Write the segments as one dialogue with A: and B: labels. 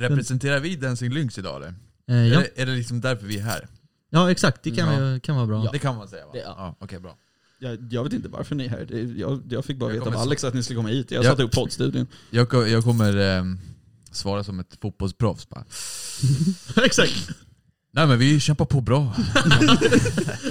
A: Representerar vi Dancing Lynx idag eller?
B: Eh, ja.
A: Är, det, är det liksom därför vi är här?
B: ja, exakt. Det kan,
A: Ja.
B: ju- kan vara bra.
C: Ja.
A: Det kan man säga va?
C: Det- ja.
A: ja. Okej, bra.
D: Jag, jag vet inte varför ni är här. Det- Jag, jag fick bara
A: Jag
D: veta av
A: kommer
D: Alex att ni skulle komma hit. Jag
A: Ja.
D: satte upp poddstudion.
A: Jag, ko- jag kommer ehm, svara som ett fotbollsproffs bara.
B: exakt.
A: Nej men vi kämpar på bra.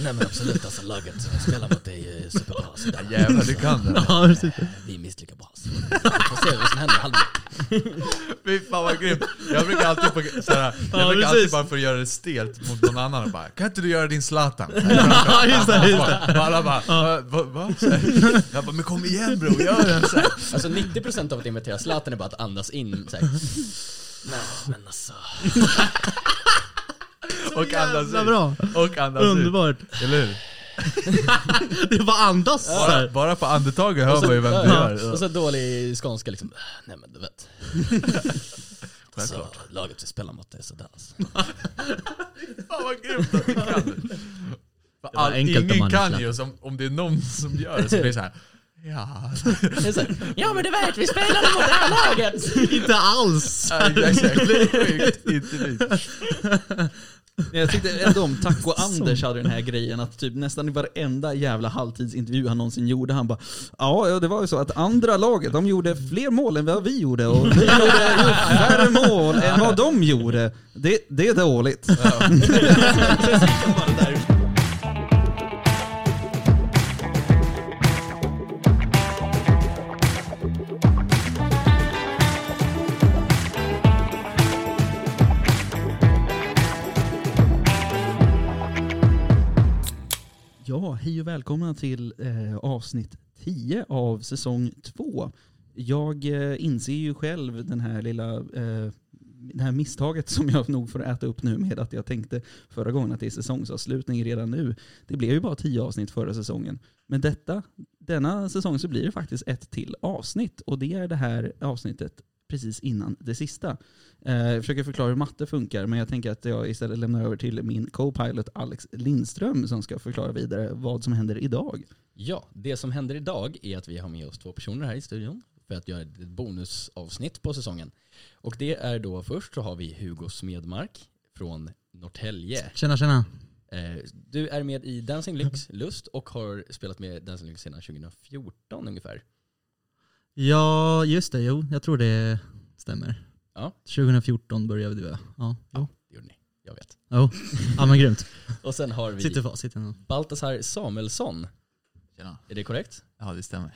C: Nej men absolut alltså laget som spelar mot är ju superbra. Så där.
A: Jävlar du kan det.
B: Ja, precis.
C: Vi är minst lika bra. Så. Vi får se vad som händer i halvlek.
A: Fy fan vad grymt. Jag brukar alltid, på, såhär, jag
B: Ja,
A: brukar alltid
B: precis.
A: bara för att göra det stelt mot någon annan och bara Kan inte du göra din Zlatan?
B: Ja, just det, just det.
A: Och alla bara "Va- va? va?" Så här. Jag bara men kom igen bror, gör den! Så här.
C: Alltså 90% av att imitera Zlatan är bara att andas in såhär. Nej men alltså.
A: Och andas
B: Jävla
A: ut.
B: bra.
A: Och andas ut.
B: Underbart.
A: Eller hur?
B: Det bara andas så
A: Bara,
B: här.
A: bara på andetaget hör
C: Och så-
A: man ju vem du
C: ja,
A: gör.
C: Och så dålig skånska liksom. Nej men du vet. Så,
A: Självklart.
C: laget vi spelar mot är sådär alltså.
A: Fan vad grymt att du kan det. För
B: var
A: all-
B: enkelt om
A: Ingen
B: man
A: kan
B: släpper.
A: ju, som, om det är någon som gör det så blir det såhär Ja,
C: Det är så här, ja men du vet vi spelade mot det här laget.
B: Inte alls.
A: exakt. Det är sjukt. Inte likt.
D: Men Jag tyckte ändå om Taco Anders hade den här grejen att typ nästan i varenda jävla halvtidsintervju han någonsin gjorde, han bara Ja, ja, det var ju så att andra laget, de gjorde fler mål än vad vi gjorde och vi gjorde ju färre mål än vad de gjorde. Det, det är dåligt. Ja, hej och välkomna till eh, avsnitt 10 av säsong 2. Jag eh, inser ju själv den här lilla, eh, det här misstaget som jag nog får äta upp nu med att jag tänkte förra gången att det är säsongsavslutning redan nu. Det blev ju bara 10 avsnitt förra säsongen. Men detta, denna säsong så blir det faktiskt ett till avsnitt och det är det här avsnittet precis innan det sista. Eh, Jag försöker förklara hur matte funkar, men jag tänker att jag istället lämnar över till min co-pilot Alex Lindström som ska förklara vidare vad som händer idag.
C: Ja, det som händer idag är att vi har med oss två personer här i studion för att göra ett bonusavsnitt på säsongen. Och det är då först så har vi Hugo Smedmark från Norrtälje.
B: Tjena, tjena.
C: Eh, Du är med i Dancing Lynx Lust och har spelat med Dancing Lynx sedan 2014 ungefär.
B: Ja, just det. Jo, jag tror det stämmer.
C: Ja.
B: 2014 började vi. Ja, jo.
C: Det gjorde ni, jag vet.
B: Jo. Ja, men grymt.
C: Och sen har vi
B: Sitter facit ändå.
C: Baltasar Samuelsson.
A: Tjena.
C: Är det korrekt?
A: Ja, det stämmer.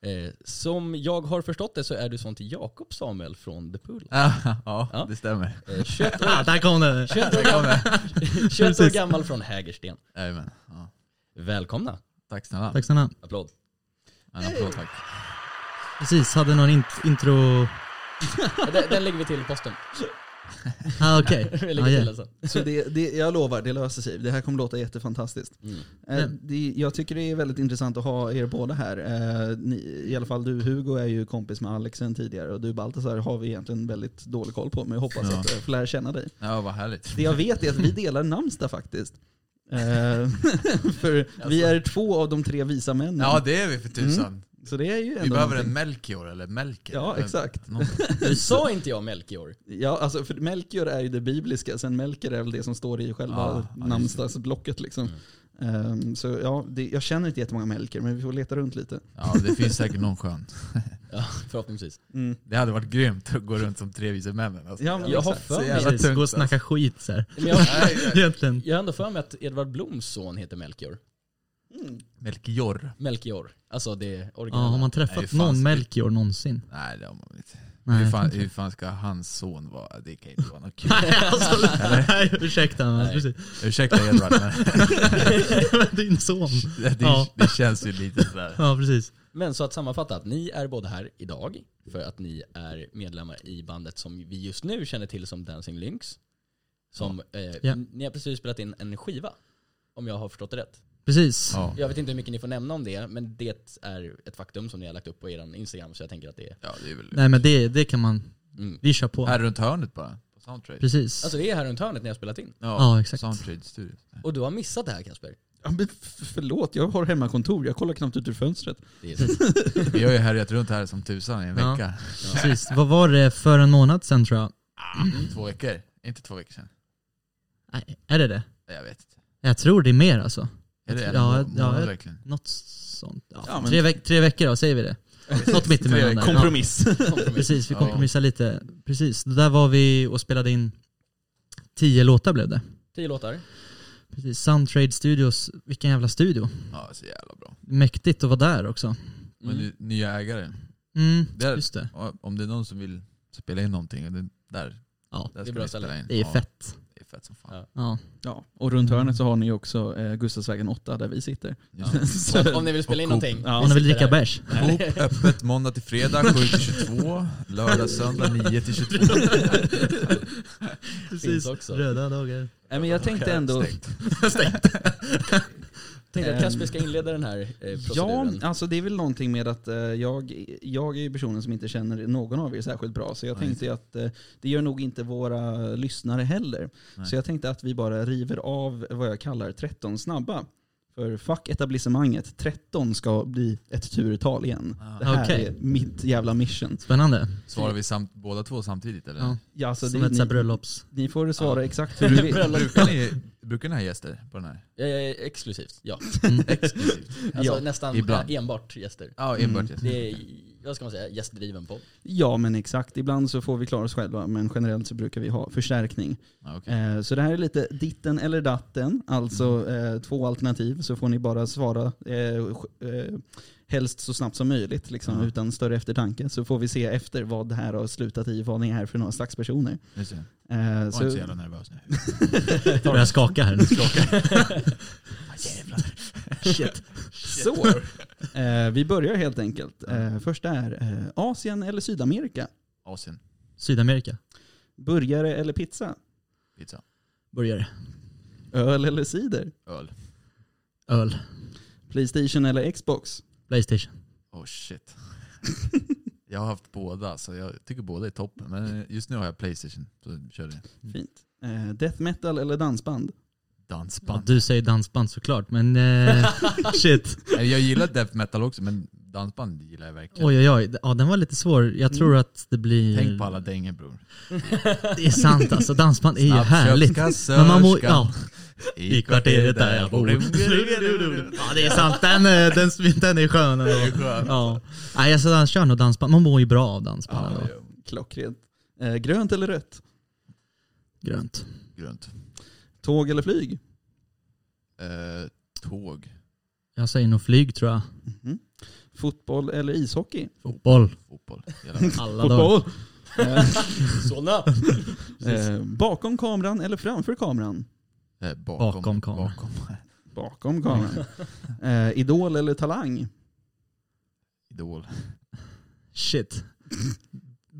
C: Eh, Som jag har förstått det så är du son till Jakob Samuel från The Pool.
A: Ja,
C: Ja.
A: det stämmer.
C: Eh, 21 år,
B: Ah, där kom det.
C: 21 år, gammal, 21 år gammal från Hägersten.
A: Jajamän. Ja.
C: Välkomna.
A: Tack snälla.
B: Tack snälla.
C: Applåd.
A: En applåd tack.
B: Precis, hade någon int- intro...
C: Den, den lägger vi till i posten.
B: Ah, okej.
C: Vi
B: Ah,
C: lägger till alltså.
B: yeah.
C: den sen.
D: Så det, det, jag lovar, det löser sig. Det här kommer låta jättefantastiskt.
C: Mm.
D: Eh, det, jag tycker det är väldigt intressant att ha er båda här. Eh, ni, I alla fall du Hugo är ju kompis med Alex sen tidigare och du Baltasar har vi egentligen väldigt dålig koll på men jag hoppas
A: Ja.
D: att jag får lära känna dig.
A: Ja, vad härligt.
D: Det jag vet är att vi delar namnsdag faktiskt. Eh, för vi är två av de tre visa männen.
A: Ja, det är vi för tusan.
D: så Mm. det är ju ändå
A: Vi behöver
D: någonting.
A: en Melchior eller Melker.
D: Ja,
A: Eller
D: exakt.
A: någon-
C: Nu sa inte jag Melchior.
D: Ja, alltså för Melchior är ju det bibliska, sen Melker är väl det som står i själva
A: Ja, ja, just det.
D: namnsdagsblocket. Liksom. Ehm, så ja, det, jag känner inte jättemånga Melker, men vi får leta runt lite.
A: Ja, det finns säkert någon skön.
C: Ja, förhoppningsvis.
A: Det hade varit grymt att gå runt som tre vise männen. Alltså.
D: Ja, men
C: Jag har
D: exakt.
C: för
A: Så
C: mig,
A: jävla
B: Precis,
A: tungt,
B: gå och snacka skit så här.
C: men jag,
A: Nej, nej.
B: Egentligen.
C: jag har ändå för mig att Edvard Bloms son heter Melchior.
A: alltså. Melchior.
C: Melchior. Alltså det
B: Ja,
C: originala.
B: har man
A: Nej,
B: träffat
A: fan,
B: någon
A: så-
B: Melchior någonsin?
A: Nej, det har man väl inte.
B: Nej,
A: hur,
B: jag
A: fan,
B: tror
A: hur fan ska hans son vara? Det kan ju inte vara något kul.
B: Nej, alltså, nej, ursäkta. men
C: Nej.
B: Precis.
A: Ursäkta Edvard, men
B: Din son.
A: det, det,
B: Ja.
A: det känns ju lite sådär.
B: Ja, precis.
C: Men så att sammanfatta, att ni är båda här idag för att ni är medlemmar i bandet som vi just nu känner till som Dancing Lynx. Som, eh,
B: Ja.
C: Ni har precis spelat in en skiva, om jag har förstått det rätt.
B: Precis.
A: Ja.
C: Jag vet inte hur mycket ni får nämna om det, men det är ett faktum som ni har lagt upp på er Instagram, så jag tänker att det är...
A: ja, det är väl
B: Nej, men det, det kan man.
C: Mm.
B: Vi kör på.
A: här runt hörnet bara. På Soundtrade.
B: Precis.
C: Alltså det är här runt hörnet ni har spelat in.
B: Ja, exakt.
A: Soundtrade-studion.
C: Och du har missat det här Kasper.
D: Ja, men f- förlåt, jag har hemmakontor. Jag kollar knappt ut ur fönstret.
C: Det är
A: Vi har ju härjat runt här som tusan i en
B: Ja.
A: vecka.
B: Precis. Vad var det för en månad sedan tror jag?
A: Ah, två veckor. Inte två veckor sedan.
B: Nej, är det det?
A: Jag vet inte.
B: Jag tror det är mer alltså.
A: Är det en
B: Ja,
A: ja,
B: ja,
A: månad
B: jag-
A: verkligen?
B: Något sånt. Ja,
D: Ja, men-
B: tre, veck- tre veckor då, säger vi det? Något mitt
A: Tre
B: emellan
A: veckor.
B: där.
D: Kompromiss.
B: Ja, precis, vi
A: Ja.
B: kompromissar lite. Precis, där var vi och spelade in tio låtar blev det.
C: Tio låtar.
B: Precis, Soundtrade Studios, vilken jävla studio.
A: Ja, så jävla bra.
B: Mäktigt att vara där också.
A: Men
C: Mm.
A: nu- nya ägare.
B: Mm,
A: Där-
B: just det.
A: Ja, Om det är någon som vill spela in någonting, det där,
B: Ja,
A: där
C: det är
A: ska
C: bra
A: vi
C: ställe.
A: spela in.
B: Det är
A: ja,
B: fett.
A: Det är fett som fan.
C: Ja.
B: Ja.
D: Ja, och runt hörnet så har ni ju också eh, Gustavsvägen 8 där vi sitter.
A: Just det.
D: Så-
C: Om, om ni vill spela in
A: Och Coop.
C: någonting.
D: Ja,
B: Om ni vill
C: sitter
B: dricka
C: där.
B: bärs.
A: Coop öppet måndag till fredag 7 till 22, lördag söndag 9 till 22.
C: Precis. också.
B: Röda dagar.
D: Nej, men jag tänkte ändå...
A: Stängt.
C: Tänkte
D: Ehm.
C: att Kasper ska inleda den här eh,
D: Ja,
C: proceduren.
D: alltså det är väl någonting med att eh, jag, jag är ju personen som inte känner någon av er särskilt bra. Så jag
A: Nej.
D: tänkte ju att eh, det gör nog inte våra lyssnare heller.
A: Nej.
D: Så jag tänkte att vi bara river av vad jag kallar 13 snabba. För fuck etablissemanget, 13 ska bli ett turtal igen.
A: Ah.
D: Det här
B: Okej.
D: är mitt jävla mission.
B: Spännande.
A: Svarar vi samt, båda två samtidigt eller?
B: Ja.
D: Ja, alltså,
B: Som
D: det,
B: ett så här
D: ni,
B: bröllops...
D: ni får svara
A: Ja.
D: exakt hur du vill.
A: Brukar ni, brukar ni ha gäster på den här?
C: Ja, ja, ja, exklusivt, ja.
B: Mm.
A: Exklusivt.
C: Alltså
D: Ja,
C: nästan
A: ibland.
C: eh, enbart gäster.
A: Ja, enbart
D: Mm.
A: gäster.
C: Det är, vad ska man säga, gästdriven podd.
D: Ja men exakt, ibland så får vi klara oss själva men generellt så brukar vi ha förstärkning.
A: Ja, okej.
D: Eh, så det här är lite ditten eller datten, alltså eh, två alternativ så får ni bara svara eh, sj- eh, helst så snabbt som möjligt liksom,
A: Ja.
D: utan större eftertanke så får vi se efter vad det här har slutat i, vad ni är för några slags personer.
A: Just det.
D: Eh,
A: Var inte så
D: så,
A: jävla nervös nu.
B: Börjar skaka här nu.
A: Ah, jävlar.
B: Shit.
D: så eh, vi börjar helt enkelt. Eh, första är eh, Asien eller Sydamerika?
A: Asien,
B: Sydamerika.
D: Burgare eller pizza?
A: pizza,
B: Burgare.
D: Öl eller cider?
A: öl.
B: Öl.
D: Playstation eller Xbox?
B: Playstation.
A: Oh shit. Jag har haft båda, så jag tycker båda är toppen. Men just nu har jag Playstation, så kör det.
D: Fint. Eh, death metal eller dansband?
B: Ja,
A: Dansband.
B: du säger dansband såklart, men eh, shit.
A: Nej, Jag gillar death metal också, men dansband gillar jag verkligen.
B: Oj, oj, oj. Ja, den var lite svår. Jag tror att det blir...
A: Tänk på alla dängor bror.
B: Det är sant alltså, dansband är ju härligt. Men man mår,
A: Snabbköpskassörskan
B: ja, i kvarteret där jag bor. Ja det är sant, den, eh, den, den är skön ändå. Ja. Nej, alltså, jag kör nog dansband, man mår ju bra av dansband
A: Ja,
B: ändå.
A: ja,
D: Klockrent. Eh, grönt eller rött?
B: Grönt.
A: grönt.
D: Tåg eller flyg?
A: Eh, Tåg.
B: Jag säger nog flyg tror jag.
D: Mhm. Fotboll eller ishockey?
B: Fotboll.
A: Fotboll. Jävlar.
B: Alla dagar.
D: Eh,
C: Solna!
D: eh, bakom kameran eller framför kameran?
A: Eh, Bakom,
B: Bakom kameran.
A: Bakom.
D: Bakom kameran. Eh, idol eller talang?
A: Idol.
B: Shit.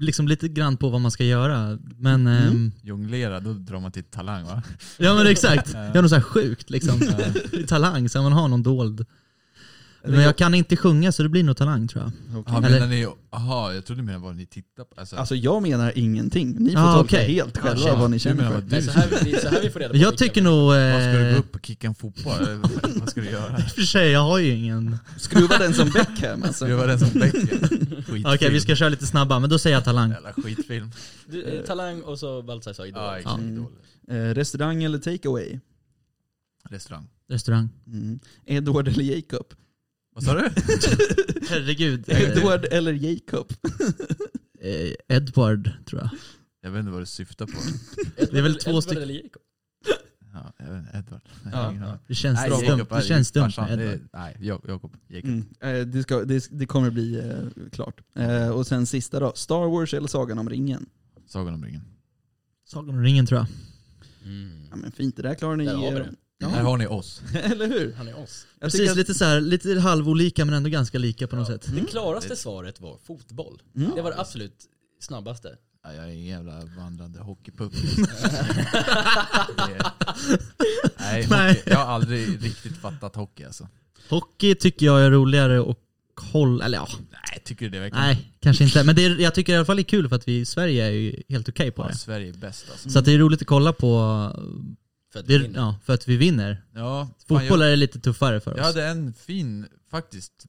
B: Liksom lite grann på vad man ska göra. Men,
D: Mm.
B: ehm,
A: Jonglera, då drar man till talang va? Eh,
B: ja men exakt.
A: Ja.
B: Jag är nog så här sjukt liksom.
A: Eh,
B: Talang, så man har någon dold. Men jag kan inte sjunga så det blir nog talang tror jag.
A: Ja,
B: Eller-
A: menar ni, aha, jag trodde ni menade vad ni tittar på. Alltså,
D: Alltså jag menar ingenting. Ni får
B: Ah,
D: tolka
B: okej.
D: helt själva
A: shit.
D: vad ni
A: Du
D: känner
A: menar
D: för.
A: vad
C: Det är
A: du
C: så här, vi- det är så här vi får reda på
B: Jag
C: vilka
B: tycker
C: vi-
B: nog...
A: vad ska du gå
B: Eh,
A: upp och kicka en fotboll? Eller vad- vad ska du göra?
B: i och för sig, jag har ju ingen...
D: Skruva den som Beckham alltså.
A: Ska du vara den som Becken? Skitfilm.
B: Okej vi ska köra lite snabba, men då säger jag talang.
A: Jävla skitfilm.
C: Du, eh, talang och så Baltzar
A: Ja,
C: sa idol.
A: exakt.
D: Mm.
A: Idol.
D: Eh, restaurang eller takeaway?
A: Restaurang.
B: Restaurang.
D: Mm. Edward eller Jacob?
A: Vad sa du?
B: Herregud. Eh,
D: Edward eller Jacob?
B: eh, Edward tror jag.
A: Jag vet inte vad du syftar på.
B: Det är väl
C: Edward-
B: två
C: Edward
B: stycken.
C: eller Jacob?
A: Ja, jag vet inte, Edvard. Jag
D: Ja.
A: har ingen aning.
B: Det känns
A: Nej,
B: dumt.
A: Jacob är
B: det känns dumt
A: farsan.
B: med
A: Det är-
B: Edward.
A: Nej, Jag- Jakob. Jakob.
D: Mm. Eh, Det, ska, det, det kommer bli eh, klart. Eh, och sen sista då. Star Wars eller Sagan om ringen?
A: Sagan om ringen.
B: Sagan om ringen tror jag. Mm.
D: Ja, men fint, det där klarar ni.
C: Där har vi
D: eh,
C: det.
A: Här
D: Ja.
A: har ni oss.
D: eller hur?
C: Han är oss.
D: Jag
B: Precis,
D: tycker att,
B: lite, så här, lite halvolika men ändå ganska lika på något
C: Ja.
B: sätt.
D: Mm.
C: Det klaraste svaret var fotboll.
D: Mm.
C: Det var det absolut snabbaste.
A: Ja, jag är en jävla vandrande hockeypuck. Nej,
B: Nej.
A: hockey. jag har aldrig riktigt fattat hockey alltså.
B: Hockey tycker jag är roligare och håll... Eller ja,
A: Nej, tycker du det verkligen?
B: nej kanske inte. Men det är, jag tycker i alla fall det är kul för att vi i Sverige är ju helt okej på
A: Ja,
B: det.
A: Sverige är bäst alltså.
B: Så att det är roligt att kolla på
C: För att
B: det,
C: vinna.
B: ja, för att vi vinner.
A: Ja, fan,
B: Fotboll
A: jag,
B: är lite tuffare för oss.
A: jag hade en fin, faktiskt.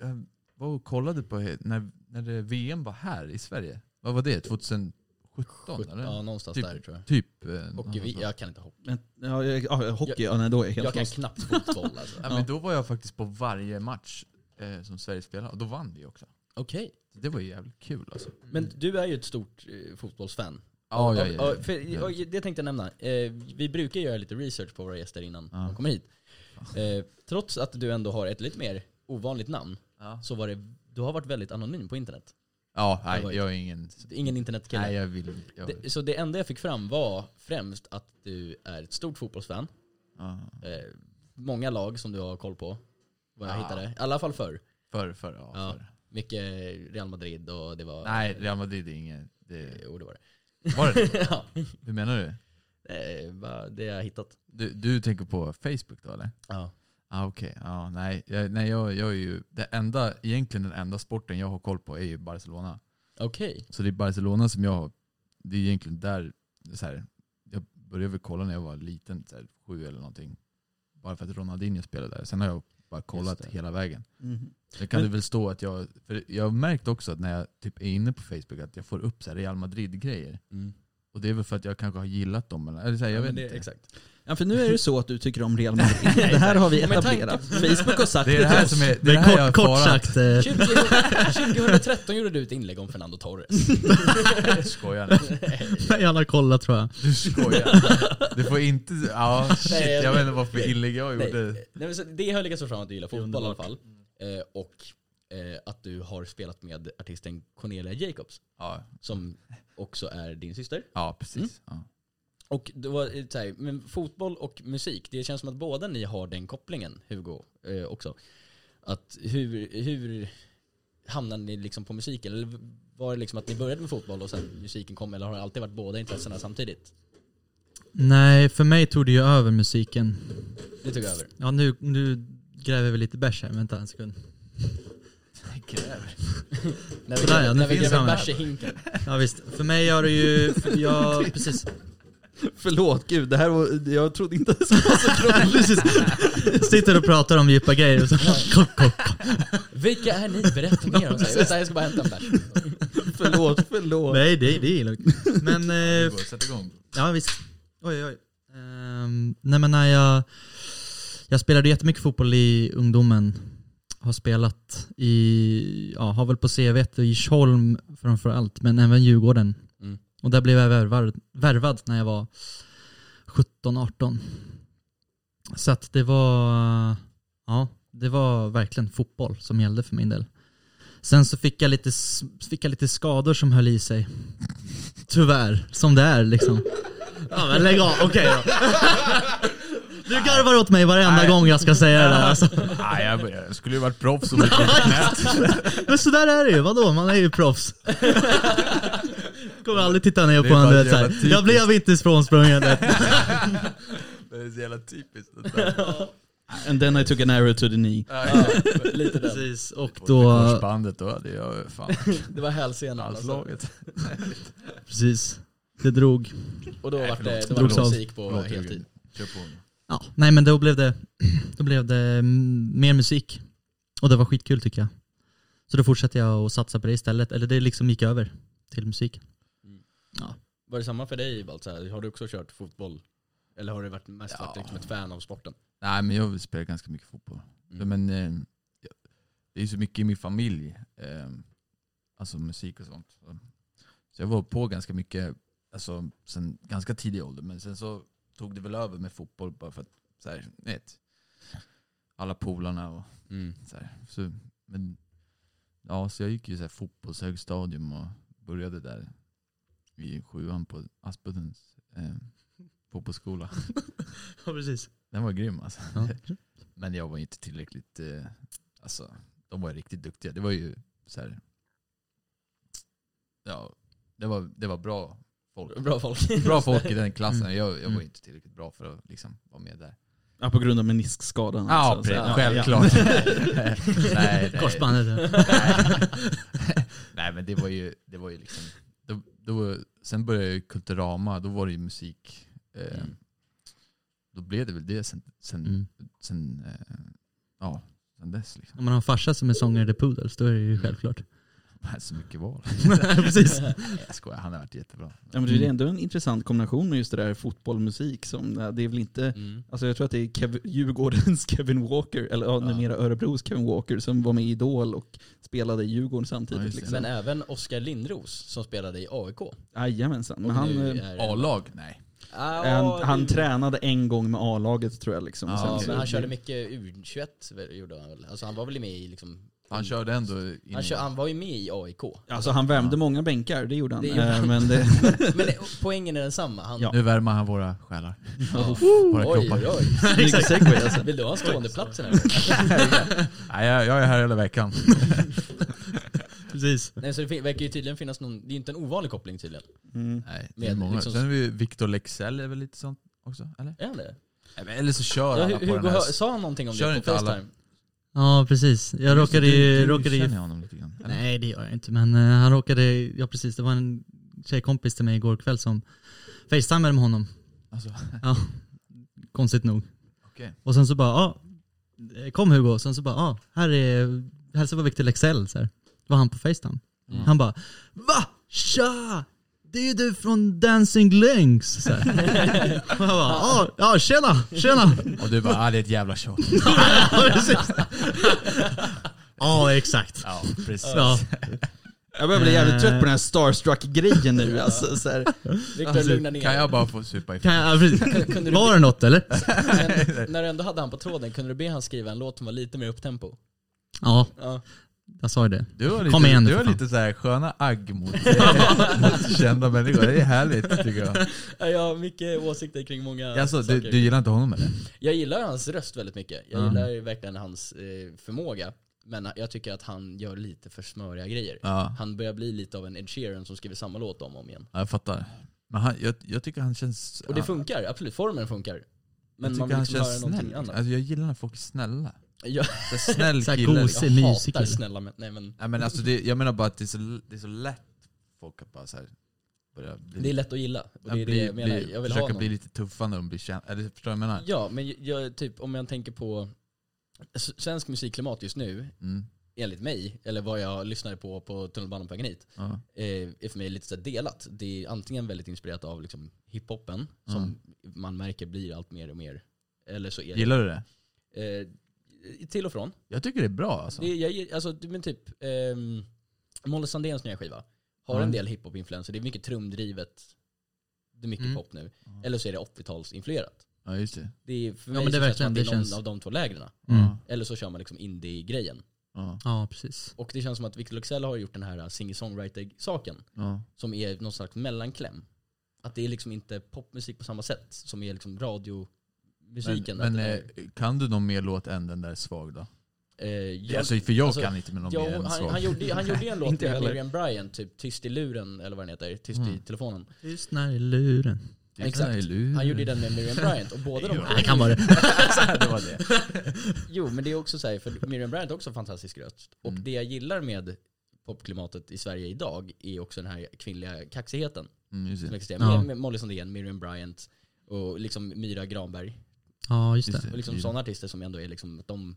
A: Jag var och kollade på he- när, när det VM var här i Sverige. Vad var det? 2007 17 eller?
C: Ja, någonstans
A: Typ-
C: där tror jag.
A: Typ. eh,
C: Och
A: någonstans
C: vi,
A: där.
C: jag kan inte hoppa.
D: Men, ja, jag- ja, hockey, ja, nej, då är jag helt
C: Jag kan
D: lost.
C: knappt fotboll alltså.
A: Nej, men då var jag faktiskt på varje match eh, som Sverige spelade och då vann vi också.
C: Okej.
A: Det var ju jävligt kul alltså.
C: Men du är ju ett stort eh, fotbollsfan.
A: Ja, ja,
C: Och-
A: ja,
C: och- för,
A: ja.
C: och det tänkte jag nämna. Eh, vi brukar göra lite research på våra gäster innan
A: Ja.
C: de kommer hit. Eh, trots att du ändå har ett lite mer ovanligt namn
A: Ja,
C: så var det, du har varit väldigt anonym på internet.
A: ja nej,
C: Det var ju-
A: jag är ingen...
C: Ingen internetkille.
A: Nej, jag vill... Jag,
C: Det, så det enda jag fick fram var främst att du är ett stort fotbollsfan.
A: ja.
C: Eh, många lag som du har koll på. Vad jag
A: Ja.
C: hittade. I alla fall förr.
A: Förr, förr, ja.
C: Ja.
A: Förr.
C: Mycket Real Madrid och det var...
A: Nej, Real Madrid är inget... Det,
C: Jo, det var det.
A: var det
C: ja.
A: Hur menar du?
C: Eh, va- Det har jag hittat.
A: du? Du tänker på Facebook då eller?
C: Ja.
A: Ah, Okej, ja, nej, jag, nej jag, jag är ju, det enda, egentligen den enda sporten jag har koll på är ju Barcelona.
C: Okej.
A: Så det är Barcelona som jag, det är egentligen där, så här, jag började väl kolla när jag var liten, så här, sju eller någonting. Bara för att Ronaldinho spelade där. Sen har jag bara kollat
C: det.
A: hela vägen.
D: Mhm.
A: Sen kan
D: Men-
A: det väl stå att jag, för jag har märkt också att när jag typ är inne på Facebook att jag får upp så här Real Madrid-grejer.
C: Mm.
A: Och det är väl för att jag kanske har gillat dem eller, eller så här, jag
C: Ja,
A: vet
C: men det-
A: inte.
C: Exakt.
D: Ja, för nu är det så att du tycker om Real Madrid. Det här har vi
C: Men tanken-
D: etablerat. Facebook har sagt
A: Det är det här som är, det är det
B: Men
A: här jag
B: kort, kort
A: faran.
B: sagt, eh,
C: 20, 2013 gjorde du ett inlägg om Fernando Torres.
A: Skojar nu.
B: nej, alla kollar tror jag.
A: Du skojar. Du får inte... Ja, shit.
C: Nej, jag
A: jag
C: vet.
A: vet inte vad för inlägg jag
C: Nej,
A: gjorde.
C: eh, nej, men så det har lyckats få fram att du gillar fotboll i alla
B: underbart.
C: fall. Eh, och eh, att du har spelat med artisten Cornelia Jacobs.
A: Ja,
C: Som också är din syster.
A: ja precis.
C: Mm.
A: Ja.
C: Och det var eh, så här, men fotboll och musik, det känns som att båda ni har den kopplingen, Hugo, eh, också. Att hur, hur hamnade ni liksom på musiken? Eller var det liksom att ni började med fotboll och sen musiken kom? Eller har det alltid varit båda intressena samtidigt?
B: Nej, för mig tog det ju över musiken.
C: Det tog över.
B: Ja, nu, nu gräver vi lite bärs här. Vänta en sekund.
C: När vi,
B: Sådär, ja, nu
C: när vi
B: finns
C: gräver
B: han här.
C: bärs i hinken.
B: Ja visst, för mig gör det ju... för- Ja, precis.
D: Förlåt, gud. Det här var, jag trodde inte det skulle vara så krångligt.
B: precis. Sitter och pratar om djupa grejer. och Så, kok, kok, kok.
C: Vilka är ni? Berätta mer om sig. Vänta, jag ska bara hämta en bärs.
D: förlåt, förlåt.
B: Nej, det, det är lugnt. Men eh,
A: Hugo, Sätt igång.
B: Ja visst. Oj, oj. Ehm, nej men när jag, jag spelade jättemycket fotboll i ungdomen. Har spelat i, ja har väl på CV i Tjolm framförallt, men även Djurgården.
C: Mm.
B: Och där blev jag värvad, värvad när jag var 17-18. Så att det var, ja det var verkligen fotboll som gällde för min del. Sen så fick jag lite, s- fick jag lite skador som höll i sig. Tyvärr, som det är liksom. Ja men lägg av, okej då. Du garvar åt mig varenda
A: Nej.
B: gång jag ska säga det där. Alltså.
A: Nej, Ah, jag, jag skulle ju varit proffs om det knät.
B: Men sådär är det ju, vadå? Man är ju proffs. Kommer aldrig titta ner
A: Det är
B: på
A: bara
B: en du vet,
A: jävla
B: såhär. Jag blev inte frånsprungen. du vet.
A: Det är så jävla typiskt. det där.
D: And then I took an arrow to the knee.
C: Lite den.
B: Precis, och
A: Och
B: då...
A: korsbandet då hade jag fan
C: Det var hälsenan alltså.
A: landslaget.
B: Precis. Det drog.
C: Och då var det, då var
B: Drogs
C: det
B: av.
C: musik på
A: Förlåt,
C: heltid.
A: Jörgen. Kör på nu.
B: Ja, nej men då blev det, då blev det mm, mer musik. Och det var skitkul tycker jag. Så då fortsatte jag att satsa på det istället. Eller det liksom gick över till musik.
C: Var det samma för dig Balt? Så här, Har du också kört fotboll? Eller har du varit mest varit liksom ett fan av sporten?
A: Nej, men jag spelar ganska mycket fotboll.
C: Mm.
A: Men, eh, jag- det är ju så mycket i min familj, eh, alltså musik och sånt. Så- Så jag var på ganska mycket, alltså sen ganska tidig ålder. Men sen så tog det väl över med fotboll bara för att, så här, ni vet, alla polarna och
C: Mm.
A: så här. Så, men, ja, så jag gick ju så här fotbollshögstadium och började där i sjuan på Aspuddens eh, fotbollsskola.
B: Ja, precis.
A: Den var grym alltså.
B: Ja.
A: Men jag var inte tillräckligt, eh, alltså de var ju riktigt duktiga. Det var ju så här, ja det var, det var bra folk.
C: Bra folk.
A: Bra folk i den klassen. Jag, jag var
B: Mm.
A: inte tillräckligt bra för att liksom vara med där.
D: Ja, på grund av meniskskadan.
A: Ja,
D: alltså.
A: pre-
D: Så-
A: självklart. nej, nej.
B: Korsbandet.
A: Nej. nej men det var ju, det var ju liksom, då, då, sen började jag ju Kulturama, då var det ju musik. Eh,
C: Mm.
A: Då blev det väl det sen, sen,
B: Mm.
A: sen, eh, ja, sen dess. Liksom.
B: Om man har en farsa som är sångare i The Poodles, då är det ju självklart.
A: Nej, så mycket val.
B: Precis.
A: Jag skojar, han har varit jättebra.
D: Ja, men det är ändå en intressant kombination med just det där fotboll och musik. Som, eh, det är väl inte,
C: Mm.
D: alltså jag tror att det är Kev, Djurgårdens Kevin Walker, eller ja,
C: Ja.
D: numera Örebros Kevin Walker, som var med i Idol och spelade i Djurgården
A: Ja,
D: samtidigt.
A: just det.
D: liksom.
C: Men även Oskar Lindros som spelade i AIK.
D: Jajamensan. Men
C: Och
D: han,
C: nu
D: eh,
C: är-
A: A-lag? Nej.
C: Ah,
D: han,
C: det-
D: han tränade en gång med A-laget tror jag. Liksom.
A: Ja,
D: Sen
C: Ja,
D: så-
C: men han körde mycket U21 väl, gjorde han väl. Alltså han var väl med i liksom...
A: Han körde ändå in
C: Han,
A: i-
C: kör, han var ju med i AIK.
D: Alltså han värmde
A: Ja.
D: många bänkar, det gjorde han.
C: Det gjorde
D: Eh,
C: han.
D: Men det,
C: Men eh, poängen är densamma. Han,
D: Ja.
A: Nu värmer han våra själar.
C: Ja.
A: Våra
C: Oj,
A: kroppar.
C: oj.
D: Snygg segway alltså.
C: Vill du ha en stående plats här?
A: Nej, jag, jag är här hela veckan.
B: Precis.
C: Nej, så det fin- verkar ju tydligen finnas någon, det är ju inte en ovanlig koppling tydligen.
D: Mm.
A: Nej, det är
C: Med
A: många.
C: liksom-
A: Sen är vi Victor Lexell är väl lite sånt också, eller?
C: Är han det?
A: Nej, men Eller så kör alla
C: Ja, Hu-
A: på den
C: Hugo,
A: här...
C: hör- sa han någonting om
A: Kör
C: det
A: inte
C: på
A: alla.
C: Facetime?
B: Ja, precis. Jag råkade ju...
A: Du, du
B: Råkade ju
A: känner honom lite grann. eller?
B: nej, det gör jag inte. Men eh, han råkade... Ja, precis. Det var en tjejkompis till mig igår kväll som facetimade med honom.
A: Alltså,
B: Ja, konstigt nog.
A: okej.
B: Och sen så bara, ja, kom Hugo. Och sen så bara, ja, här är, hälsa på Victor Lexell. Så här. Då var han på Facetime.
A: Mm.
B: Han bara, va? Tja! Det är ju du från Dancing Lynx! Så här. Och han bara, ja, ja tjena, tjena!
A: Och du bara, ah, det är ett jävla tjat.
B: Ja, precis. Ja, exakt.
A: Ja, precis.
B: Ja,
D: Jag börjar bli jävligt trött på den här starstruck-grejen nu. Alltså, så här.
C: Viktor,
B: Alltså,
C: lugna ner
A: Kan
C: dig.
A: jag bara få supa i
B: kan jag, ja, precis.
C: Kunde du
B: Var det något eller?
C: Men när du ändå hade han på tråden, kunde du be han skriva en låt som var lite mer upptempo?
B: Ja,
C: Ja.
B: jag sa ju det.
A: Du har lite,
B: Kom igen nu,
A: du har
B: för fan.
A: lite så här sköna agg mot, eh, mot kända människor. Det är härligt tycker jag.
C: Jag har mycket åsikter kring många
A: Alltså, du,
C: saker.
A: du gillar inte honom eller?
C: Jag gillar ju hans röst väldigt mycket. Jag
A: Ja.
C: gillar ju verkligen hans eh, förmåga. Men jag tycker att han gör lite för smöriga grejer.
A: Ja,
C: Han börjar bli lite av en Ed Sheeran som skriver samma låt om och om igen.
A: jag fattar. Men han, jag, jag tycker han känns...
C: Och det
A: han-
C: funkar, absolut. Formen funkar.
A: jag
C: Men
A: tycker
C: man vill
A: han
C: liksom höra
A: känns
C: någonting
A: snäll.
C: annat.
A: Alltså, jag gillar när folk är snälla.
C: Jag,
A: Så här snäll
B: Så här
A: kille.
B: gosig.
A: Liksom.
B: Ser
C: jag
B: mysig
C: hatar
B: kille.
C: snälla män. Nej men,
A: Ja, men alltså, det, jag menar bara att det är så, det är så lätt folk att bara så här, börja bli...
C: det är lätt att gilla. Och det är det
A: bli-
C: jag menar.
A: bli-
C: Jag vill ha
A: försöka
C: någon.
A: bli lite tuffa när de blir kända. Eller förstår du vad jag menar?
C: Ja, men jag- jag, typ, om jag tänker på s- svensk musikklimat just nu,
A: Mm.
C: enligt mig, eller vad jag lyssnade på på tunnelbanan på vägen hit,
A: Ja.
C: eh, är för mig lite så här delat. Det är antingen väldigt inspirerat av liksom, hiphopen,
B: Mm.
C: som man märker blir allt mer och mer. Eller så är
A: Gillar du det?
C: det. Eh, till och från.
A: Jag tycker det är bra alltså.
C: Det, jag, alltså, det- men typ, ehm, Molly Sandéns nya skiva har
B: Mm.
A: Ja.
C: en del hiphop-influenser. Det är mycket trumdrivet. Det är mycket
B: Mm.
C: pop nu. Eller så är det 80-talsinfluerat.
A: Ja, just det.
C: Det är, för
B: Ja,
C: mig
B: men det
C: så
B: är
C: känns som att
B: verkligen-
C: det är
B: det
C: någon
B: känns-
C: av de två lägren.
B: Mm.
A: Ja,
C: Eller så kör man liksom indie-grejen.
A: ja,
B: Ja, precis.
C: Och det känns som att Victor Luxell har gjort den här äh, singer-songwriter-saken
A: ja.
C: som är någon slags mellankläm. Att det är liksom inte popmusik på samma sätt som är liksom radiomusiken.
A: Men,
C: Att
A: men
C: det
A: eh,
C: är,
A: kan du någon mer låt än den där svag då?
C: eh, jag,
A: alltså, för jag
C: alltså,
A: kan inte med någon
C: jag,
A: mer än
C: han,
A: svag.
C: han, gjorde, han gjorde ju en låt
D: Inte
C: med
D: heller.
C: Valerian Bryan, typ Tyst i luren eller vad den heter, Tyst i
A: Mm.
C: telefonen.
B: Tystnar i luren.
A: Det är
C: exakt.
A: där i luren.
C: Han gjorde ju den med Miriam Bryant och båda de
A: Ja.
B: Nej, kan vara det.
A: det var det.
C: Jo men det är också så här, för Miriam Bryant har också en fantastisk röst. Och
A: Mm.
C: det jag gillar med popklimatet i Sverige idag är också den här kvinnliga kaxigheten.
A: Mm, just
C: som
A: det.
C: existerar.
B: Ja.
C: Med- Med Molly Sandén, Miriam Bryant och liksom Myra Granberg.
B: Ja, just
A: Just
B: det.
A: det.
C: Och liksom
A: Myra.
C: sådana artister som ändå är liksom att de...